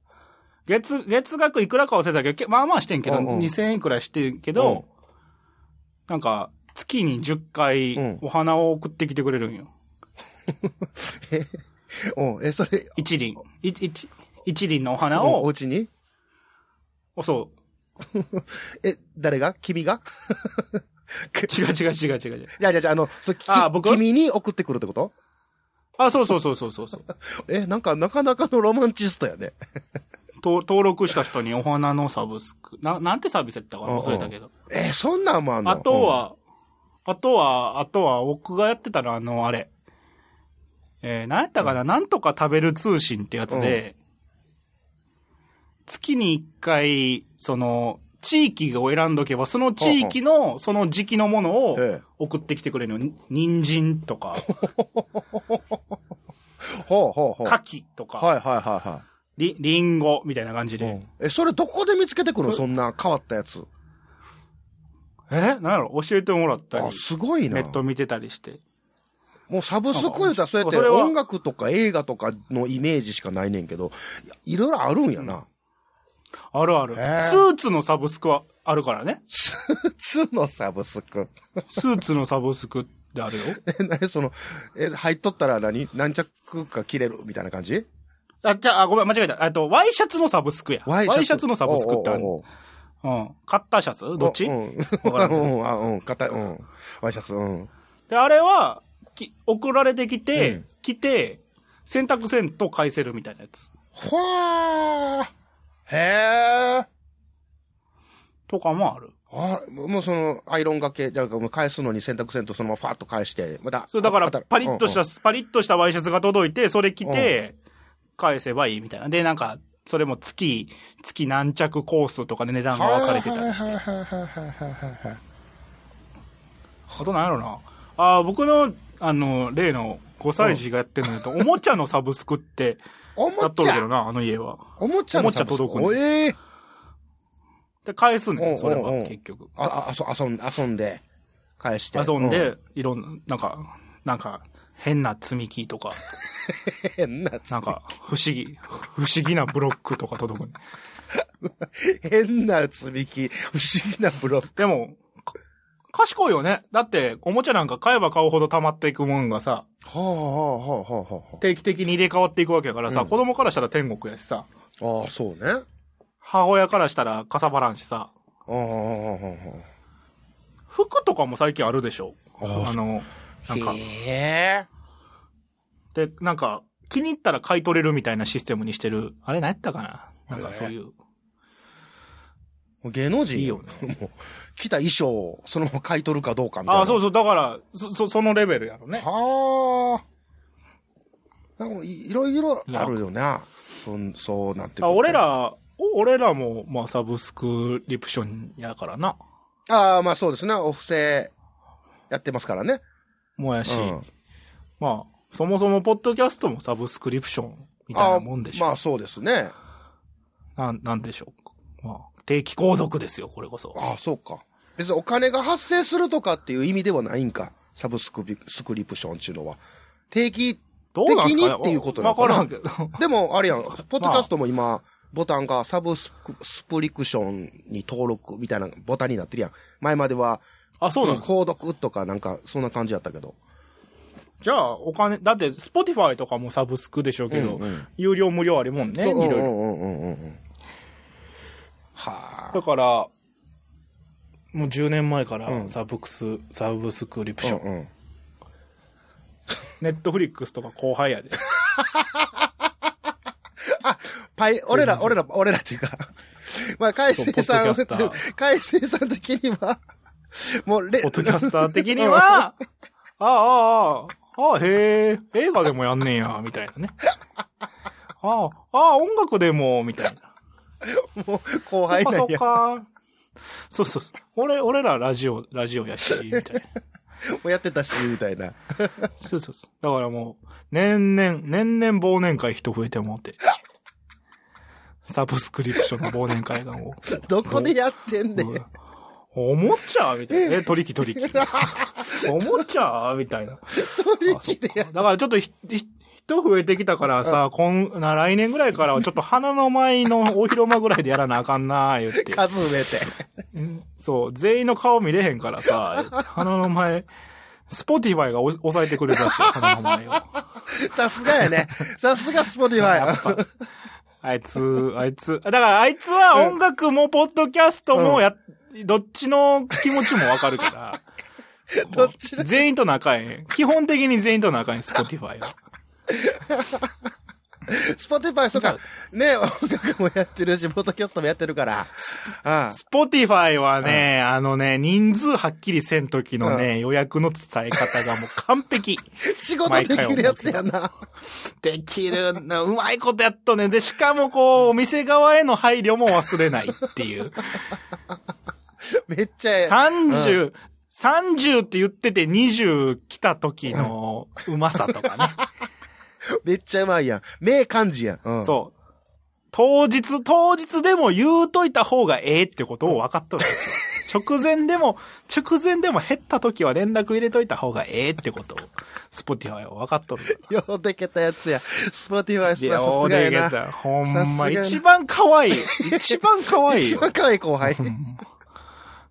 Speaker 2: 月、月額いくらか忘れたけどけ、まあまあしてんけど、
Speaker 3: うんうん
Speaker 2: 2000円くらいしてんけど、なんか、月に10回
Speaker 3: うん
Speaker 2: お花を送ってきてくれるんよ。
Speaker 3: おうえ、それ、
Speaker 2: 一輪。い一、一輪のお花
Speaker 3: おお
Speaker 2: を、
Speaker 3: 家に
Speaker 2: そ
Speaker 3: え、誰が君が
Speaker 2: う。違う違う違う違う違う。
Speaker 3: いやいやいや、あの、そき
Speaker 2: あ僕
Speaker 3: 君に送ってくるってこと
Speaker 2: あ、そうそうそうそうそうそう。
Speaker 3: え、なんか、なかなかのロマンチストやね。
Speaker 2: 登登録した人にお花のサブスク。な、なんてサービスやったか
Speaker 3: うんうん
Speaker 2: 忘れたけど。
Speaker 3: え、そんなんもあんの
Speaker 2: あと、は、あとは、あとは、僕がやってたのは、あの、あれ。えー、なんやったかな、なんとか食べる通信ってやつで、月に一回、その、地域を選んどけば、その地域の、その時期のものを
Speaker 3: ええ
Speaker 2: 送ってきてくれるの。に人参とか、
Speaker 3: うんほうほうほう。はい
Speaker 2: 牡蠣と
Speaker 3: は
Speaker 2: か、
Speaker 3: いはいはい。
Speaker 2: り、りんごみたいな感じで。
Speaker 3: え、それどこで見つけてくるのそんな変わったやつ。
Speaker 2: えなんやろ教えてもらったり
Speaker 3: あ、、すごい
Speaker 2: ネ
Speaker 3: な。
Speaker 2: ット見てたりして。
Speaker 3: もうサブスク言うたらそうやって
Speaker 2: それは
Speaker 3: 音楽とか映画とかのイメージしかないねんけど、いやいろいろあるんやな。
Speaker 2: あるある。ス
Speaker 3: え
Speaker 2: ーツのサブスクはあるからね。
Speaker 3: 普通のサブスク。
Speaker 2: スーツのサブスクってあるよ。
Speaker 3: え、なにその、え、入っとったら何何着か切れるみたいな感じ
Speaker 2: あ、じゃあ、あごめん、間違えた。えっと、ワイシャツのサブスクや。ワイシャツのサブスクってある。
Speaker 3: おうおうおう
Speaker 2: うん。カッターシャツどっち、
Speaker 3: うん。
Speaker 2: からん
Speaker 3: うん、あうん、硬い、うん。ワイシャツ、うん。
Speaker 2: で、あれは、き送られてきて、
Speaker 3: うん
Speaker 2: 着て、洗濯せんと返せるみたいなやつ。
Speaker 3: ほーへー
Speaker 2: とかもある。
Speaker 3: あ、もうその、アイロンがけ、じゃあもう返すのに洗濯せんとそのままファーッと返して、また。
Speaker 2: そう、だか
Speaker 3: ま
Speaker 2: ら、パリッとし
Speaker 3: う
Speaker 2: た
Speaker 3: ん、
Speaker 2: パリッとしたワイシャツが届いて、それ着て、返せばいいみたいな。で、なんか、それも月、月何着コースとかで値段が分かれてたりして。あとなんやろな。あー僕の、あの、例の5歳児がやってるのやと、おもちゃのサブスクって、
Speaker 3: お
Speaker 2: や
Speaker 3: も
Speaker 2: っと
Speaker 3: ち
Speaker 2: るけ
Speaker 3: ゃ
Speaker 2: どな、あの家は。
Speaker 3: おもちゃのサブスク
Speaker 2: おもちゃ届くんで
Speaker 3: ええ
Speaker 2: で、返すね、
Speaker 3: おうん
Speaker 2: それは
Speaker 3: おうおう
Speaker 2: 結局。
Speaker 3: あ、あ、そ、遊ん、遊んで、返して。
Speaker 2: 遊ん
Speaker 3: う、
Speaker 2: で、いろんな、なんか、なんか、変な積み木と か、
Speaker 3: 変な、
Speaker 2: なんか、不思議、不思議なブロックとか届くね。
Speaker 3: 変な積み木、不思議なブロック。
Speaker 2: でも、か賢いよね。だって、おもちゃなんか買えば買うほど溜まっていくもんがさ、
Speaker 3: はあ、はあ、はあ、はあ、は
Speaker 2: 定期的に入れ替わっていくわけやからさ、
Speaker 3: うん
Speaker 2: 子供からしたら天国やしさ、
Speaker 3: あ。ああ、そうね。あ
Speaker 2: 母親からしたらかさばらんしさ、
Speaker 3: あ、は
Speaker 2: 服とかも最近あるでしょ。
Speaker 3: あ
Speaker 2: あの、な
Speaker 3: あ、
Speaker 2: んか、
Speaker 3: へえ。
Speaker 2: で、なんか、気に入ったら買い取れるみたいなシステムにしてる。あれ何やったかななんかそういう。
Speaker 3: 芸能人。
Speaker 2: いいよ
Speaker 3: もう、来た衣装をそのまま買い取るかどうかみたいな。
Speaker 2: ああ、そうそう。だから、そ、そ、そのレベルやろね。
Speaker 3: はあ。なんかいいろいろあるよな。そんそうなってくる
Speaker 2: あ俺。ら、お俺らも、まあ、サブスクリプションやからな。
Speaker 3: ああ、まあそうですね。お布施やってますからね。
Speaker 2: もやし、
Speaker 3: うん
Speaker 2: まあ、そもそもポッドキャストもサブスクリプションみたいなもんでしょ。
Speaker 3: あまあそうですね。
Speaker 2: なん、なんでしょう。まあ、定期購読ですよ、これこそ。
Speaker 3: ああ、そうか。別にお金が発生するとかっていう意味ではないんか。サブスクリスクリプションっていうのは。定期、
Speaker 2: どうなんすかね
Speaker 3: 適にっていうことな
Speaker 2: わ
Speaker 3: の
Speaker 2: か
Speaker 3: かな
Speaker 2: らんけど。
Speaker 3: でもあれやん、ポッドキャストも今、ボタンがサブスクスプリクションに登録みたいなボタンになってるやん。前までは、
Speaker 2: あ、そうなんですか。
Speaker 3: 購読とかなんか、そんな感じやったけど。
Speaker 2: じゃあ、お金、だって、スポティファイとかもサブスクでしょうけど、
Speaker 3: うんうん
Speaker 2: 有料無料あるもんね、い
Speaker 3: そ
Speaker 2: ろ
Speaker 3: う
Speaker 2: いろ。
Speaker 3: うんうんうんうんうん。はあ。
Speaker 2: だから、もう10年前から
Speaker 3: ん
Speaker 2: サブクス、サブスクリプション。
Speaker 3: うんうん
Speaker 2: ネットフリックスとか後輩 やで。
Speaker 3: パイ、俺ら、俺ら、俺らっていうか、 まあ、海星さん
Speaker 2: そうポッドキャス、
Speaker 3: 海星さん的には、もうレ、
Speaker 2: ポッドキャスター的には、ああ、ああ、ああ、へえ、映画でもやんねんや、みたいなね。ああ、ああ、音楽でも、みたいな。
Speaker 3: もう後
Speaker 2: そっ
Speaker 3: 輩
Speaker 2: か
Speaker 3: な
Speaker 2: そ
Speaker 3: ん
Speaker 2: っ
Speaker 3: や。
Speaker 2: か。そうそうそう。俺、俺らラジオ、ラジオやし、みたいな。
Speaker 3: もうやってたし、みたいな。
Speaker 2: そうそうそう。だからもう、年々、年々忘年会人増えてもうて。サブスクリプションの忘年会がもう。
Speaker 3: どこでやってんねん。
Speaker 2: おもちゃみたいな。え、取引取引。おもちゃみたいな。
Speaker 3: 取引でや
Speaker 2: だからちょっとひ、ひ人増えてきたからさ、今、な、来年ぐらいからはちょっと花の舞のお披露目ぐらいでやらなあかんなあ、言って。
Speaker 3: 数埋めて。
Speaker 2: うんそう、全員の顔見れへんからさ、花の舞、スポティファイがお抑えてくれるらしい、花の舞を。
Speaker 3: さすがやね。さすがスポティフ
Speaker 2: やっ
Speaker 3: ァイ。
Speaker 2: ぱ。 あいつ、あいつ。だからあいつは音楽もポッドキャストもや、どっちの気持ちもわかるから。
Speaker 3: どっちだ
Speaker 2: 全員と仲ええ。基本的に全員と仲ええ、スポティファイは。
Speaker 3: スポティファイ、そうか。ね、音楽もやってるし、ポッドキャストもやってるから。あ
Speaker 2: スポティファイはね、あのね、人数はっきりせん時のね、予約の伝え方がもう完璧。
Speaker 3: 仕事できるやつやな。
Speaker 2: できるな、うまいことやっとね。で、しかもこう、お店側への配慮も忘れないっていう。
Speaker 3: めっちゃええ。
Speaker 2: 30、30って言ってて20来た時のうまさとかね。
Speaker 3: めっちゃうまいやん。名漢字やん。 うん
Speaker 2: そう。当日、当日でも言うといた方がええってことを分かっとるんです 直前でも、直前でも減った時は連絡入れといた方がええってことを、スポティファイは分かっとるんだ。
Speaker 3: ようでけたやつや。スポティファイ
Speaker 2: い
Speaker 3: さ、
Speaker 2: や、
Speaker 3: さ
Speaker 2: お
Speaker 3: すが
Speaker 2: で
Speaker 3: や
Speaker 2: げ
Speaker 3: な。
Speaker 2: た。ほん
Speaker 3: さすが
Speaker 2: ま、
Speaker 3: やな
Speaker 2: 一番可愛い。一番可愛い
Speaker 3: 一
Speaker 2: よ。
Speaker 3: 番可愛い後輩。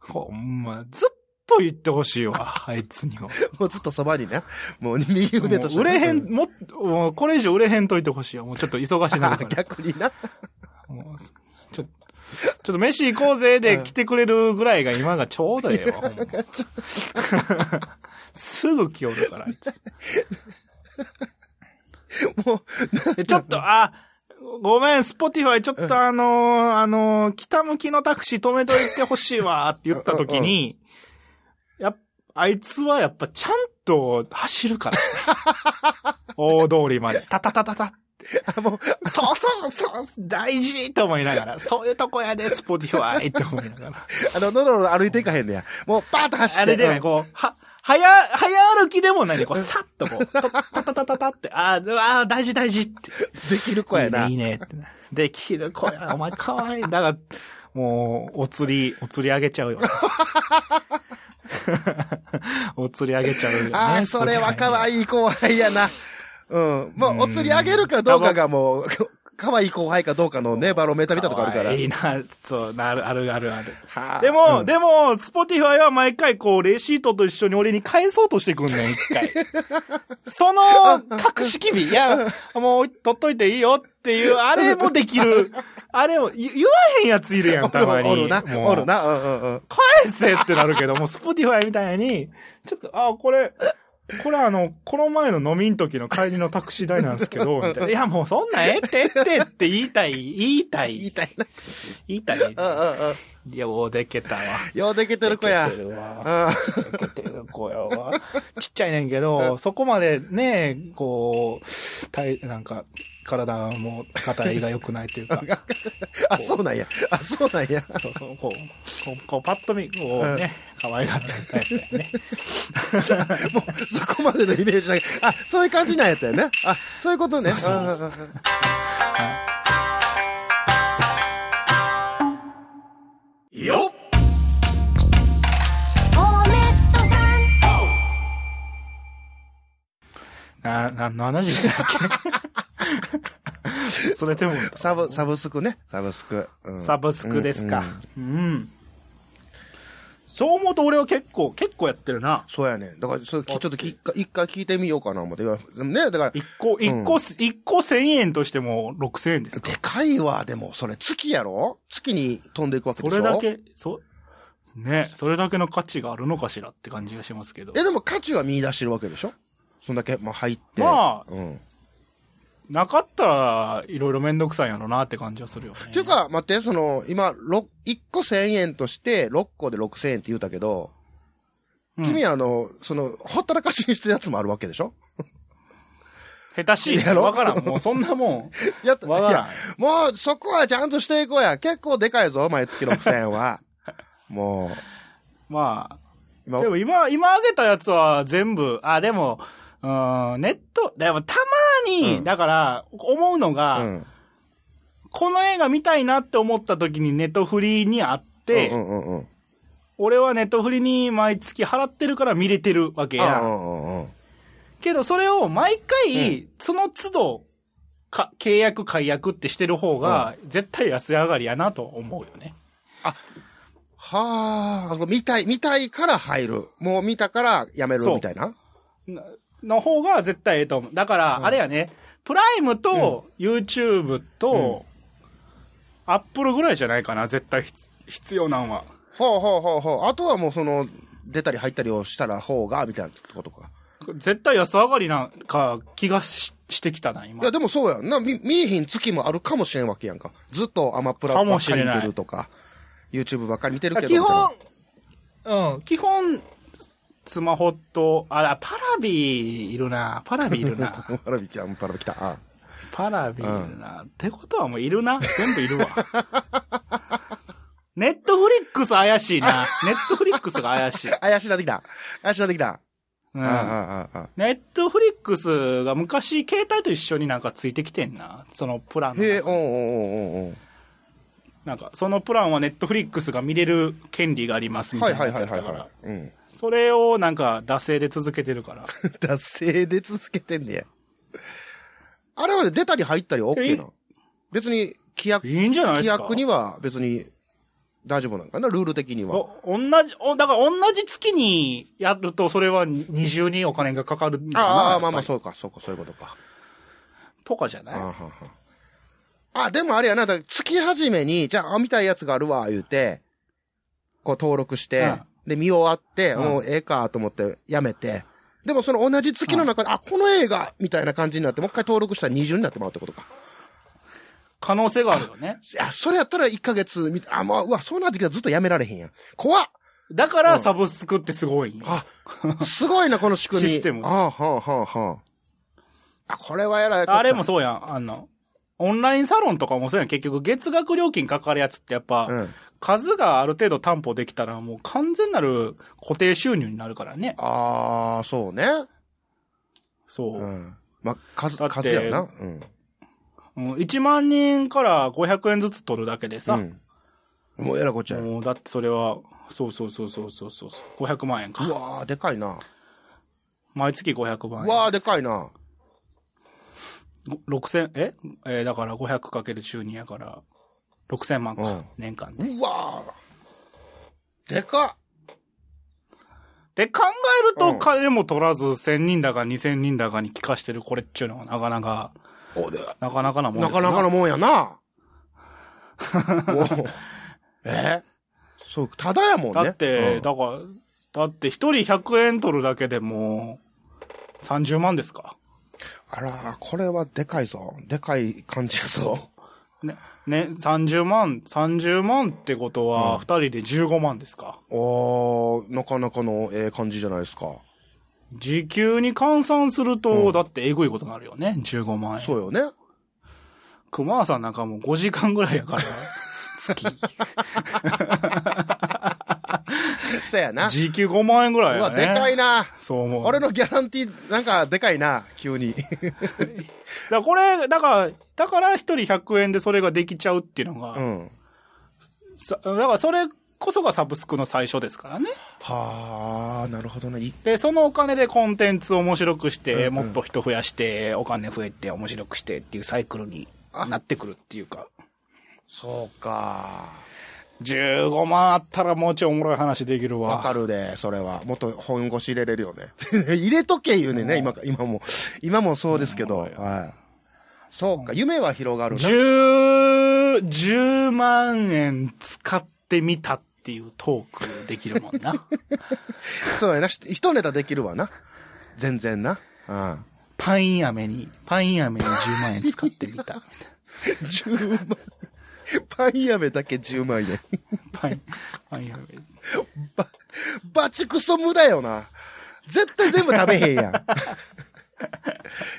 Speaker 2: ほんま、ずっと言ってほしいわ、あいつには。
Speaker 3: もうずっとそばにね。もう右腕と
Speaker 2: もう売れへん、もっと、もうこれ以上売れへんといてほしいよ。もうちょっと忙しいな
Speaker 3: あ
Speaker 2: るから。
Speaker 3: 逆にな。
Speaker 2: もうちょ、ちょっと飯行こうぜで来てくれるぐらいが今がちょうどええわ、ほんま。 すぐ来よるから、あいつ。
Speaker 3: も
Speaker 2: でちょっと、あ、ごめん、スポティファイ、ちょっとあのーあのー北向きのタクシー止めといてほしいわ、って言った時に、やっ、あいつはやっぱちゃんと走るから。大通りまで。タタタタタ。
Speaker 3: う、もう、
Speaker 2: そうそうそう、大事と思いながら、そういうとこやで、スポティファイって思いながら。
Speaker 3: あの、のろのろ歩いていかへんねや。もう、パーッと走っ
Speaker 2: あ
Speaker 3: て。
Speaker 2: れでね、こう、は、早、早歩きでもないね、こう、さっとこう、タタタタタタって、あーあー、大事大事って。
Speaker 3: うんできる子やな。
Speaker 2: いいねってな。できる子や、お前かわいい。だから、もう、お釣り、お釣り上げちゃうよ。 お釣り上げちゃうよ、ね。
Speaker 3: ああ、それは可
Speaker 2: い。
Speaker 3: 愛い後輩やな。うん。まあ、
Speaker 2: うん
Speaker 3: お釣りあげるかどうかがもう、可愛い後輩かどうかのね、バロメーター見たとこあるから。
Speaker 2: いいな、そう、なる、あるあるある。
Speaker 3: はあ
Speaker 2: でも、
Speaker 3: うん
Speaker 2: でも、スポティファイは毎回こう、レシートと一緒に俺に返そうとしてくんねん、一 回。その、隠し機微。いや、もう、取っといていいよっていう、あれもでき る。あれも、言言わへんやついるやん、たまに。
Speaker 3: おるな、
Speaker 2: もう
Speaker 3: おる。な、うんうんうん。
Speaker 2: 返せってなるけど、もうスポティファイみたいに、ちょっと、あ、これ、これあの、この前の飲みん時の帰りのタクシー代なんですけど、みたいな。いや、もうそんなんええってええってって言いたい、言いた
Speaker 3: 言い
Speaker 2: い、
Speaker 3: たいな。
Speaker 2: 言いたい。
Speaker 3: うんうんうん。
Speaker 2: いや、おでけたわ。
Speaker 3: ようできてる子や。
Speaker 2: でけてるわ
Speaker 3: う
Speaker 2: 受けてる子やわ。 ちっちゃいねんけど、そこまでね、こう、体、なんか、体も硬いが良くない というか、
Speaker 3: ん。あ、そうなんや。あ、そうなんや。
Speaker 2: そうそう、こう、こう、こうパッと見、こうね、可愛がられるタイプだよね。
Speaker 3: もう、そこまでのイメージだけあ、そういう感じなんやったよね。あ、そういうことね。
Speaker 2: そうそうそ
Speaker 3: んんん
Speaker 2: よっな、なんの話したっけ それでも、
Speaker 3: サブ、サブスクね。サブスク。うん
Speaker 2: サブスクですか。うん。そう思うと俺は結構、結構やってるな。
Speaker 3: そうやね。だから、それきちょっとき一回一回聞いてみようかな思って。いやでもね、だから、
Speaker 2: 一個、一個す、一個千円としても六千円ですか
Speaker 3: でかいわ、でも、それ月やろ月に飛んでいくわけ
Speaker 2: そ
Speaker 3: でしょ
Speaker 2: れだ。け、そ、ね、それだけの価値があるのかしらって感じがしますけど。
Speaker 3: え、でも価値は見出してるわけでしょそんだけ、まあ入って。
Speaker 2: まあ
Speaker 3: うん。
Speaker 2: なかったら、いろいろめんどくさいんやろなって感じはするよね。
Speaker 3: っていう、か、待って、その、今、六1個1000円として、6個で6000円って言うたけど、
Speaker 2: うん
Speaker 3: 君あの、その、ほったらかしにしてるやつもあるわけで しょ
Speaker 2: 下手しい。
Speaker 3: やろ
Speaker 2: わからん。もうそんなも
Speaker 3: やった、
Speaker 2: ん、わか
Speaker 3: い
Speaker 2: ら
Speaker 3: や
Speaker 2: ん。
Speaker 3: もう、そこはちゃんとしていこうや。結構でかいぞ、毎月6000 円は。も
Speaker 2: ま
Speaker 3: う、
Speaker 2: あ、
Speaker 3: 今
Speaker 2: で、も今、今あげたやつは全部、あ、でも、うーん、ネット、でもたまに、
Speaker 3: うん
Speaker 2: だから、思うのが、
Speaker 3: うん。
Speaker 2: この映画見たいなって思った時にネットフリにあって、
Speaker 3: うんうんうんうん。
Speaker 2: 俺はネットフリに毎月払ってるから見れてるわけやん
Speaker 3: う。んうんうんうん。
Speaker 2: けど、それを毎回、その都度、か、契約解約ってしてる方が、絶対安上がりやなと思うよね。
Speaker 3: はあ、見たい、見たいから入る。もう見たからやめる
Speaker 2: そう
Speaker 3: みたいな。
Speaker 2: なの方が絶対ええと思う。だから、あれやね、プライムと、YouTube と、アップルぐらいじゃないかな、絶対ひつ必要なんは。
Speaker 3: ほうほうほうほう。あとはもうその、出たり入ったりをしたら方が、みたいなことか。
Speaker 2: 絶対安上がりなんか、気がししてきたな、今
Speaker 3: いや、。でもそうやんな。み見えひん月もあるかもしれんわけやんか。ずっとアマプラば
Speaker 2: か
Speaker 3: っ
Speaker 2: も
Speaker 3: か
Speaker 2: し
Speaker 3: り
Speaker 2: れ
Speaker 3: 見
Speaker 2: ない
Speaker 3: てるとか、YouTube ばっかり見てるけど。
Speaker 2: 基
Speaker 3: み
Speaker 2: 本、うん、基本、スマホと、あら、パラビいるな、パラビいるな
Speaker 3: たい。な。パラビちゃん、パラビ来た。あ
Speaker 2: パラビールな、ってことはもういるな。全部いるわ。 ネットフリックス怪しいな。ネットフリックスが怪しい。
Speaker 3: 怪しいなってきた。怪しいなってきた。
Speaker 2: う
Speaker 3: うんん、うん、うん、うん。
Speaker 2: ネットフリックスが昔携帯と一緒になんかついてきてんな。そのプランの
Speaker 3: へえ、
Speaker 2: 中
Speaker 3: おんおんおんおんおん。
Speaker 2: なんか、そのプランはネットフリックスが見れる権利がありますみた
Speaker 3: はいい
Speaker 2: な
Speaker 3: は
Speaker 2: や
Speaker 3: い
Speaker 2: つ
Speaker 3: は
Speaker 2: だ
Speaker 3: い
Speaker 2: っ
Speaker 3: はい
Speaker 2: たか
Speaker 3: は
Speaker 2: ら。
Speaker 3: い。うん。
Speaker 2: それをなんか、惰性で続けてるから。
Speaker 3: 達成で続けてんねや。あれはね出たり入ったりは OK なの。別に規約、
Speaker 2: いいんじゃないで
Speaker 3: 規
Speaker 2: す か
Speaker 3: 約には別に大丈夫なんかな、ルール的には。
Speaker 2: お同じ、お、だから同じ月にやると、それは二重にお金がかかるんかな
Speaker 3: あ
Speaker 2: や
Speaker 3: あ、
Speaker 2: っぱ
Speaker 3: まあ
Speaker 2: り
Speaker 3: まあ、そうか、そうか、そういうことか。
Speaker 2: とかじゃ
Speaker 3: あー
Speaker 2: ない
Speaker 3: ははあ、でもあれやな、だから月始めに、じゃあ、あ見たいやつがあるわ、言うて、こう登録して、
Speaker 2: うん
Speaker 3: で、見終わって、
Speaker 2: うん
Speaker 3: もうええかと思って、やめて、でもその同じ月の中で、あ、この映画みたいな感じになって、もう一回登録したら二重になってもらうってことか。
Speaker 2: 可能性があるよね。
Speaker 3: いや、それやったら1ヶ月見て、あ、まあ、うわ、そうなってきたらずっとやめられへんやん。怖っ
Speaker 2: だから、サブスクってすごいんよ。
Speaker 3: あ、すごいな、この仕組み。
Speaker 2: システム
Speaker 3: ああ、はあ、はあ、はあ。あ、これは偉い。
Speaker 2: あれもそうやん。あの、オンラインサロンとかもそうやん。結局、月額料金かかるやつってやっぱ、
Speaker 3: うん。
Speaker 2: 数がある程度担保できたら、もう完全なる固定収入になるからね。
Speaker 3: ああ、そうね。
Speaker 2: そう
Speaker 3: う。ん。まあ、数、
Speaker 2: だって
Speaker 3: 数やな。うん。
Speaker 2: うん、1万人から500円ずつ取るだけでさ、
Speaker 3: うん、もうえらいこっちゃや。
Speaker 2: もうだってそれは、そうそうそうそうそうそうそう、500万円
Speaker 3: う
Speaker 2: か。
Speaker 3: わー、でかいな。
Speaker 2: 毎月500
Speaker 3: う
Speaker 2: 万円。
Speaker 3: わー、でかいな。
Speaker 2: 6000、ええーだから5 0 0る1 2やから、6000万か、
Speaker 3: うん
Speaker 2: 年間で。
Speaker 3: うわー。でか
Speaker 2: で、考える
Speaker 3: う
Speaker 2: と、
Speaker 3: ん
Speaker 2: 金も取らず、1000人だか2000人だかに聞かしてるこれっちゅうのは、なかなか、
Speaker 3: っおで、
Speaker 2: なかなかなもん
Speaker 3: な
Speaker 2: です
Speaker 3: かな
Speaker 2: な
Speaker 3: かのもん やな。おうえそう、ただやもんね。
Speaker 2: だって、
Speaker 3: うん
Speaker 2: だから、だって一人100円取るだけでもう、30万ですか。
Speaker 3: あらー、これはでかいぞ。でかい感じやぞ。
Speaker 2: ね、ね、30万、30万ってことは、2人で15万ですか。
Speaker 3: おー、なかなかのええ感じじゃないですか。
Speaker 2: 時給に換算すると、だってえぐいことになるよね、15万円。
Speaker 3: そうよね。
Speaker 2: 熊さんなんかもう5時間ぐらいやから、 月。
Speaker 3: そやな。
Speaker 2: 時給5万円ぐらいうや
Speaker 3: わ、
Speaker 2: ね。
Speaker 3: でかいな。
Speaker 2: そう思う。
Speaker 3: 俺のギャランティー、なんか、でかいな、急に。
Speaker 2: だからこれ、だから、だから一人100円でそれができちゃうっていうのが、
Speaker 3: うん。
Speaker 2: さだからそれこそがサブスクの最初ですからね。
Speaker 3: はあ、なるほどな。い
Speaker 2: で、そのお金でコンテンツを面白くして、
Speaker 3: うんうん
Speaker 2: もっと人増やして、お金増えて、面白くしてっていうサイクルになってくるっていうか、
Speaker 3: そうか。
Speaker 2: 15万あったらもうちょいおもろい話できる
Speaker 3: わ
Speaker 2: わ。
Speaker 3: かるで、それは。もっと本腰入れれるよね。 入れとけ言うねんね、今か、今も。今もそうですけど。はい。そうか、夢は広がるな。
Speaker 2: 10、10万円使ってみたっていうトークできるもんな。
Speaker 3: そうやな。し一ネタできるわな。全然な。うん。
Speaker 2: パイン飴に、パイン飴に10万円使ってみた。みたいな
Speaker 3: 10万。パン飴だけ10万円。
Speaker 2: パイン、パイン飴。
Speaker 3: ば、バチクソ無駄よな。絶対全部食べへんやん。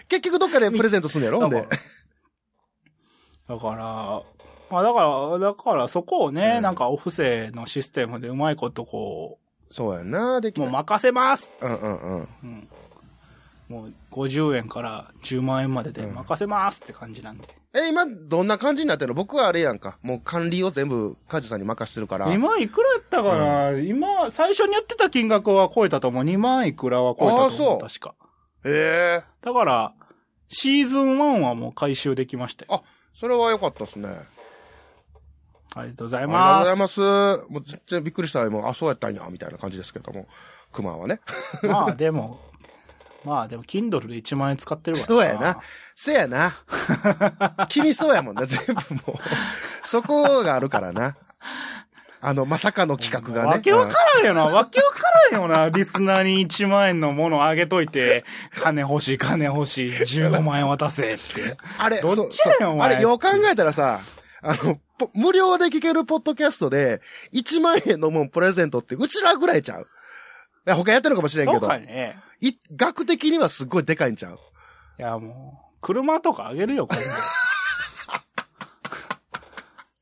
Speaker 3: 結局どっかでプレゼントすんのやろほんで。
Speaker 2: だから、まあだから、だからそこをね、なんかオフセのシステムでうまいことこ
Speaker 3: そうやな、でき
Speaker 2: う、もう
Speaker 3: た。
Speaker 2: 任せます
Speaker 3: うんうんうん。
Speaker 2: もう50円から10万円までで任せますって感じなんで。
Speaker 3: え、今、どんな感じになってるの僕はあれやんか。もう管理を全部、カジさんに任してるから。
Speaker 2: 今いくらやったかな、今、最初に言ってた金額は超えたと思う。2万いくらは超えた
Speaker 3: あー
Speaker 2: と思
Speaker 3: そう
Speaker 2: う、確か。
Speaker 3: ええ
Speaker 2: だから、シーズン1はもう回収できましたよ。
Speaker 3: あ、それは良かったですね。
Speaker 2: ありがとうござい
Speaker 3: ありがとう
Speaker 2: ま
Speaker 3: ござい
Speaker 2: す。
Speaker 3: ます。もう全然びっくりしたよ。もう、あ、そうやったんや、みたいな感じですけども。熊はね。
Speaker 2: まあでも、まあでも、Kindle で1万円使ってるから。
Speaker 3: そうやな。。せやな。 君そうやもんな、全部もう。そこがあるからな。あの、まさかの企画がね。
Speaker 2: わけわからんよな。わけわからんよな。リスナーに1万円のものあげといて、金欲しい、金欲しい、15万円渡せって。
Speaker 3: うんあれ、
Speaker 2: どっちやねん
Speaker 3: そうそう
Speaker 2: お
Speaker 3: あ
Speaker 2: 前
Speaker 3: れ、よう考えたらさ、あの、ぽ無料で聞けるポッドキャストで、1万円のもんプレゼントって、うちらぐらいちゃう。いや他やってるかもしれ ん
Speaker 2: そ
Speaker 3: け
Speaker 2: う
Speaker 3: ど
Speaker 2: か、ね。
Speaker 3: い額的にはすっごいでかいんちゃう。
Speaker 2: いや、もう、車とかあげるよ、今度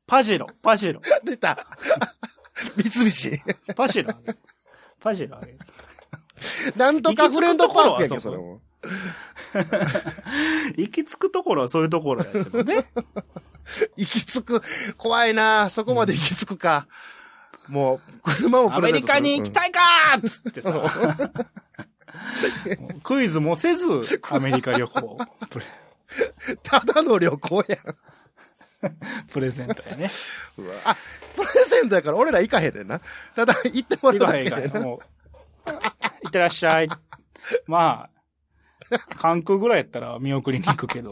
Speaker 2: パジェロ、パジェロ、
Speaker 3: 出た。三菱。
Speaker 2: パジェロあげる。パジェロあげる。
Speaker 3: なんとかフレンドパークやんけ、
Speaker 2: 行き着くところは行き着くと
Speaker 3: それも。
Speaker 2: ころはそういうところやけどね。
Speaker 3: 行き着く、怖いなそこまで行き着くか。もう、車 を
Speaker 2: アメリカに行き
Speaker 3: い、
Speaker 2: たいかーっつってさ。 クイズもせず、アメリカ旅行プレ
Speaker 3: うんただの旅行やん。
Speaker 2: プレゼントやね。
Speaker 3: うわあ、プレゼントやから俺ら行かへんねんな。ただ行ってもらう
Speaker 2: 今
Speaker 3: だ
Speaker 2: かへ
Speaker 3: け
Speaker 2: んか
Speaker 3: で
Speaker 2: ら
Speaker 3: な。
Speaker 2: もう、いってらっしゃい。まあ、関空ぐらいやったら見送りに行くけど。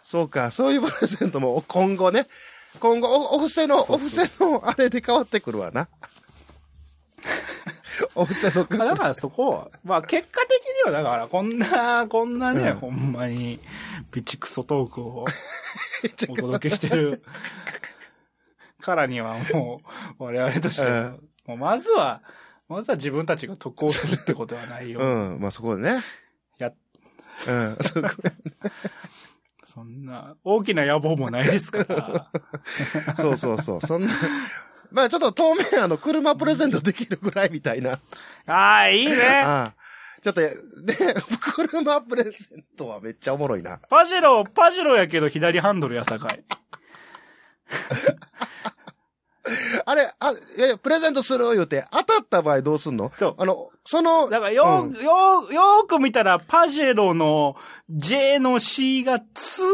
Speaker 3: そうか、そういうプレゼントも今後ね。今後、おお布施の、お布施のあれで変わってくる わな。お布施の
Speaker 2: まあだからそこは、まあ結果的にはだからこんな、こんなね、
Speaker 3: うん
Speaker 2: ほんまに、ピチクソトーク をお届けして るからにはもう、我々としては、
Speaker 3: うん
Speaker 2: もうまずは、まずは自分たちが得をするってことはないよ。
Speaker 3: うん、まあそこでね。
Speaker 2: や、
Speaker 3: うん、そこ
Speaker 2: そんな、大きな野望もないです から。
Speaker 3: そうそうそう。そんな、まあちょっと当面あの、車プレゼントできるぐらいみたいな。
Speaker 2: ああ、いいね
Speaker 3: ああちょっと、で、車プレゼントはめっちゃおもろいな。
Speaker 2: パジェロ、パジェロやけど左ハンドルやさかい。
Speaker 3: あれ、あ、いやいや、プレゼントする言うて、当たった場合どうすんの
Speaker 2: そう
Speaker 3: あの、その、
Speaker 2: だからよ
Speaker 3: う
Speaker 2: ー、
Speaker 3: ん
Speaker 2: よー、よーく見たら、パジェロの J の C が2かもしれ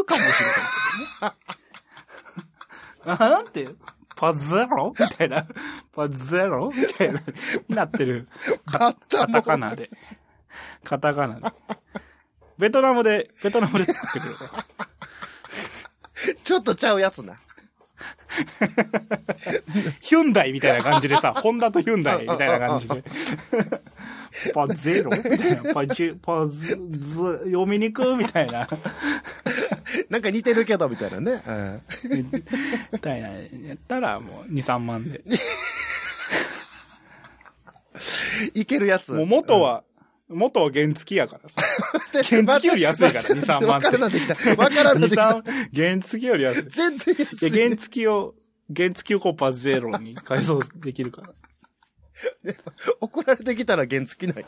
Speaker 2: ない、ね。 なんて、パゼロみたいな。パゼロみたいな、なってる。
Speaker 3: バッタ
Speaker 2: カタカ
Speaker 3: の、
Speaker 2: ナで。カタカナで。ベトナムで、ベトナムで作ってくる。
Speaker 3: ちょっとちゃうやつな。
Speaker 2: ヒュンダイみたいな感じで さ、ホンダとヒュンダイみたいな感じで。パゼロみたいな。パジ、パズ、ズ、読みにくみたいな。
Speaker 3: なんか似てるけど、みたいなね。うん
Speaker 2: みたいな。やったらもう2、3万で。
Speaker 3: いけるやつ。
Speaker 2: もう元は、元は原付きやからさ。
Speaker 3: で
Speaker 2: 原付より安いから
Speaker 3: 待って
Speaker 2: 2 3万
Speaker 3: わからなってきた。わから
Speaker 2: 二
Speaker 3: なってきた
Speaker 2: 三。原付きより安い。
Speaker 3: 全然安
Speaker 2: で、
Speaker 3: い
Speaker 2: 原。付きを、原付きをこうパゼロに改造できるから。い
Speaker 3: 送られてきたら原付きなんや。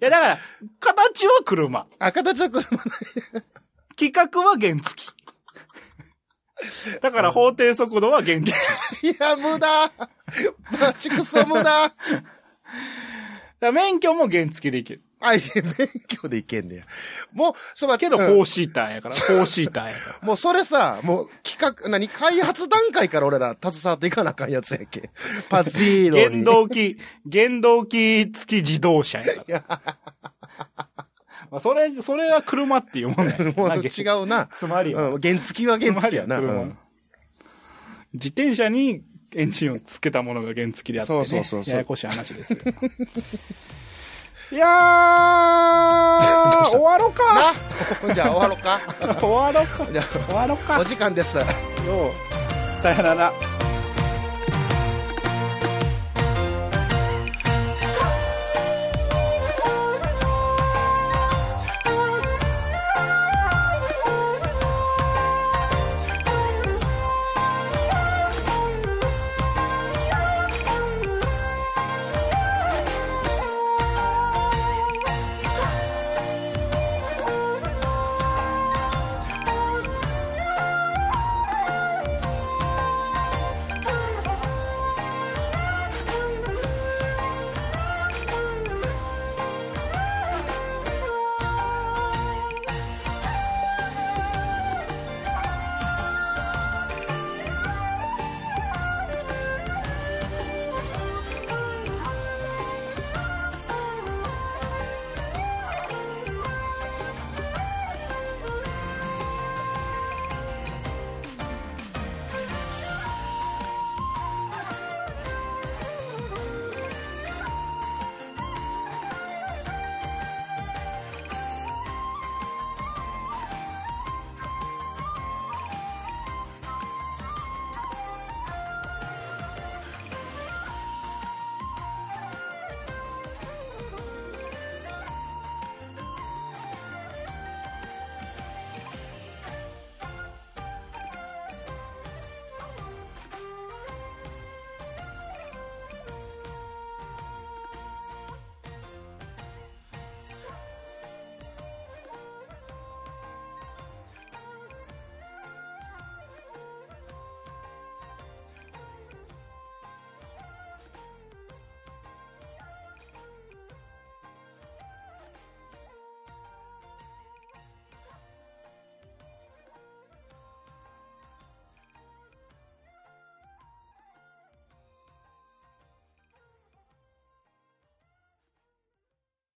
Speaker 2: や、だから、形は車。
Speaker 3: あ、形は車ない。
Speaker 2: 企画は原付き。だから法定速度は原付き。
Speaker 3: いや、無駄マジクソ無駄
Speaker 2: だから免許も原付きでいける。
Speaker 3: あ、いや、勉強でいけんねや。もう、そう
Speaker 2: けど、フ
Speaker 3: う
Speaker 2: ォ
Speaker 3: ん
Speaker 2: ーシーターやから、フォーシーターやから。
Speaker 3: もうそれさ、もう企画、何、開発段階から俺ら携わっていかなあかんやつやっ け。パズー ド
Speaker 2: 原
Speaker 3: に。
Speaker 2: 動機、原動機付き自動車やから。 まあ、それ、それは車っていうもんだよ。
Speaker 3: もう
Speaker 2: なんか
Speaker 3: 違うな。
Speaker 2: つまりは、
Speaker 3: うん、原付きは
Speaker 2: つ
Speaker 3: 原
Speaker 2: ま
Speaker 3: 付き
Speaker 2: り
Speaker 3: や
Speaker 2: は
Speaker 3: な。
Speaker 2: 車
Speaker 3: うん
Speaker 2: 自転車にエンジンをつけたものが原付きであって、ね、
Speaker 3: そうそうそうそう
Speaker 2: ややこしい話ですよ。いやー、終わろうか
Speaker 3: な じゃあ終わろうか。
Speaker 2: 終わろうか
Speaker 3: じゃ
Speaker 2: 終わろう
Speaker 3: あ、
Speaker 2: か
Speaker 3: お時間です。
Speaker 2: ようさよなら。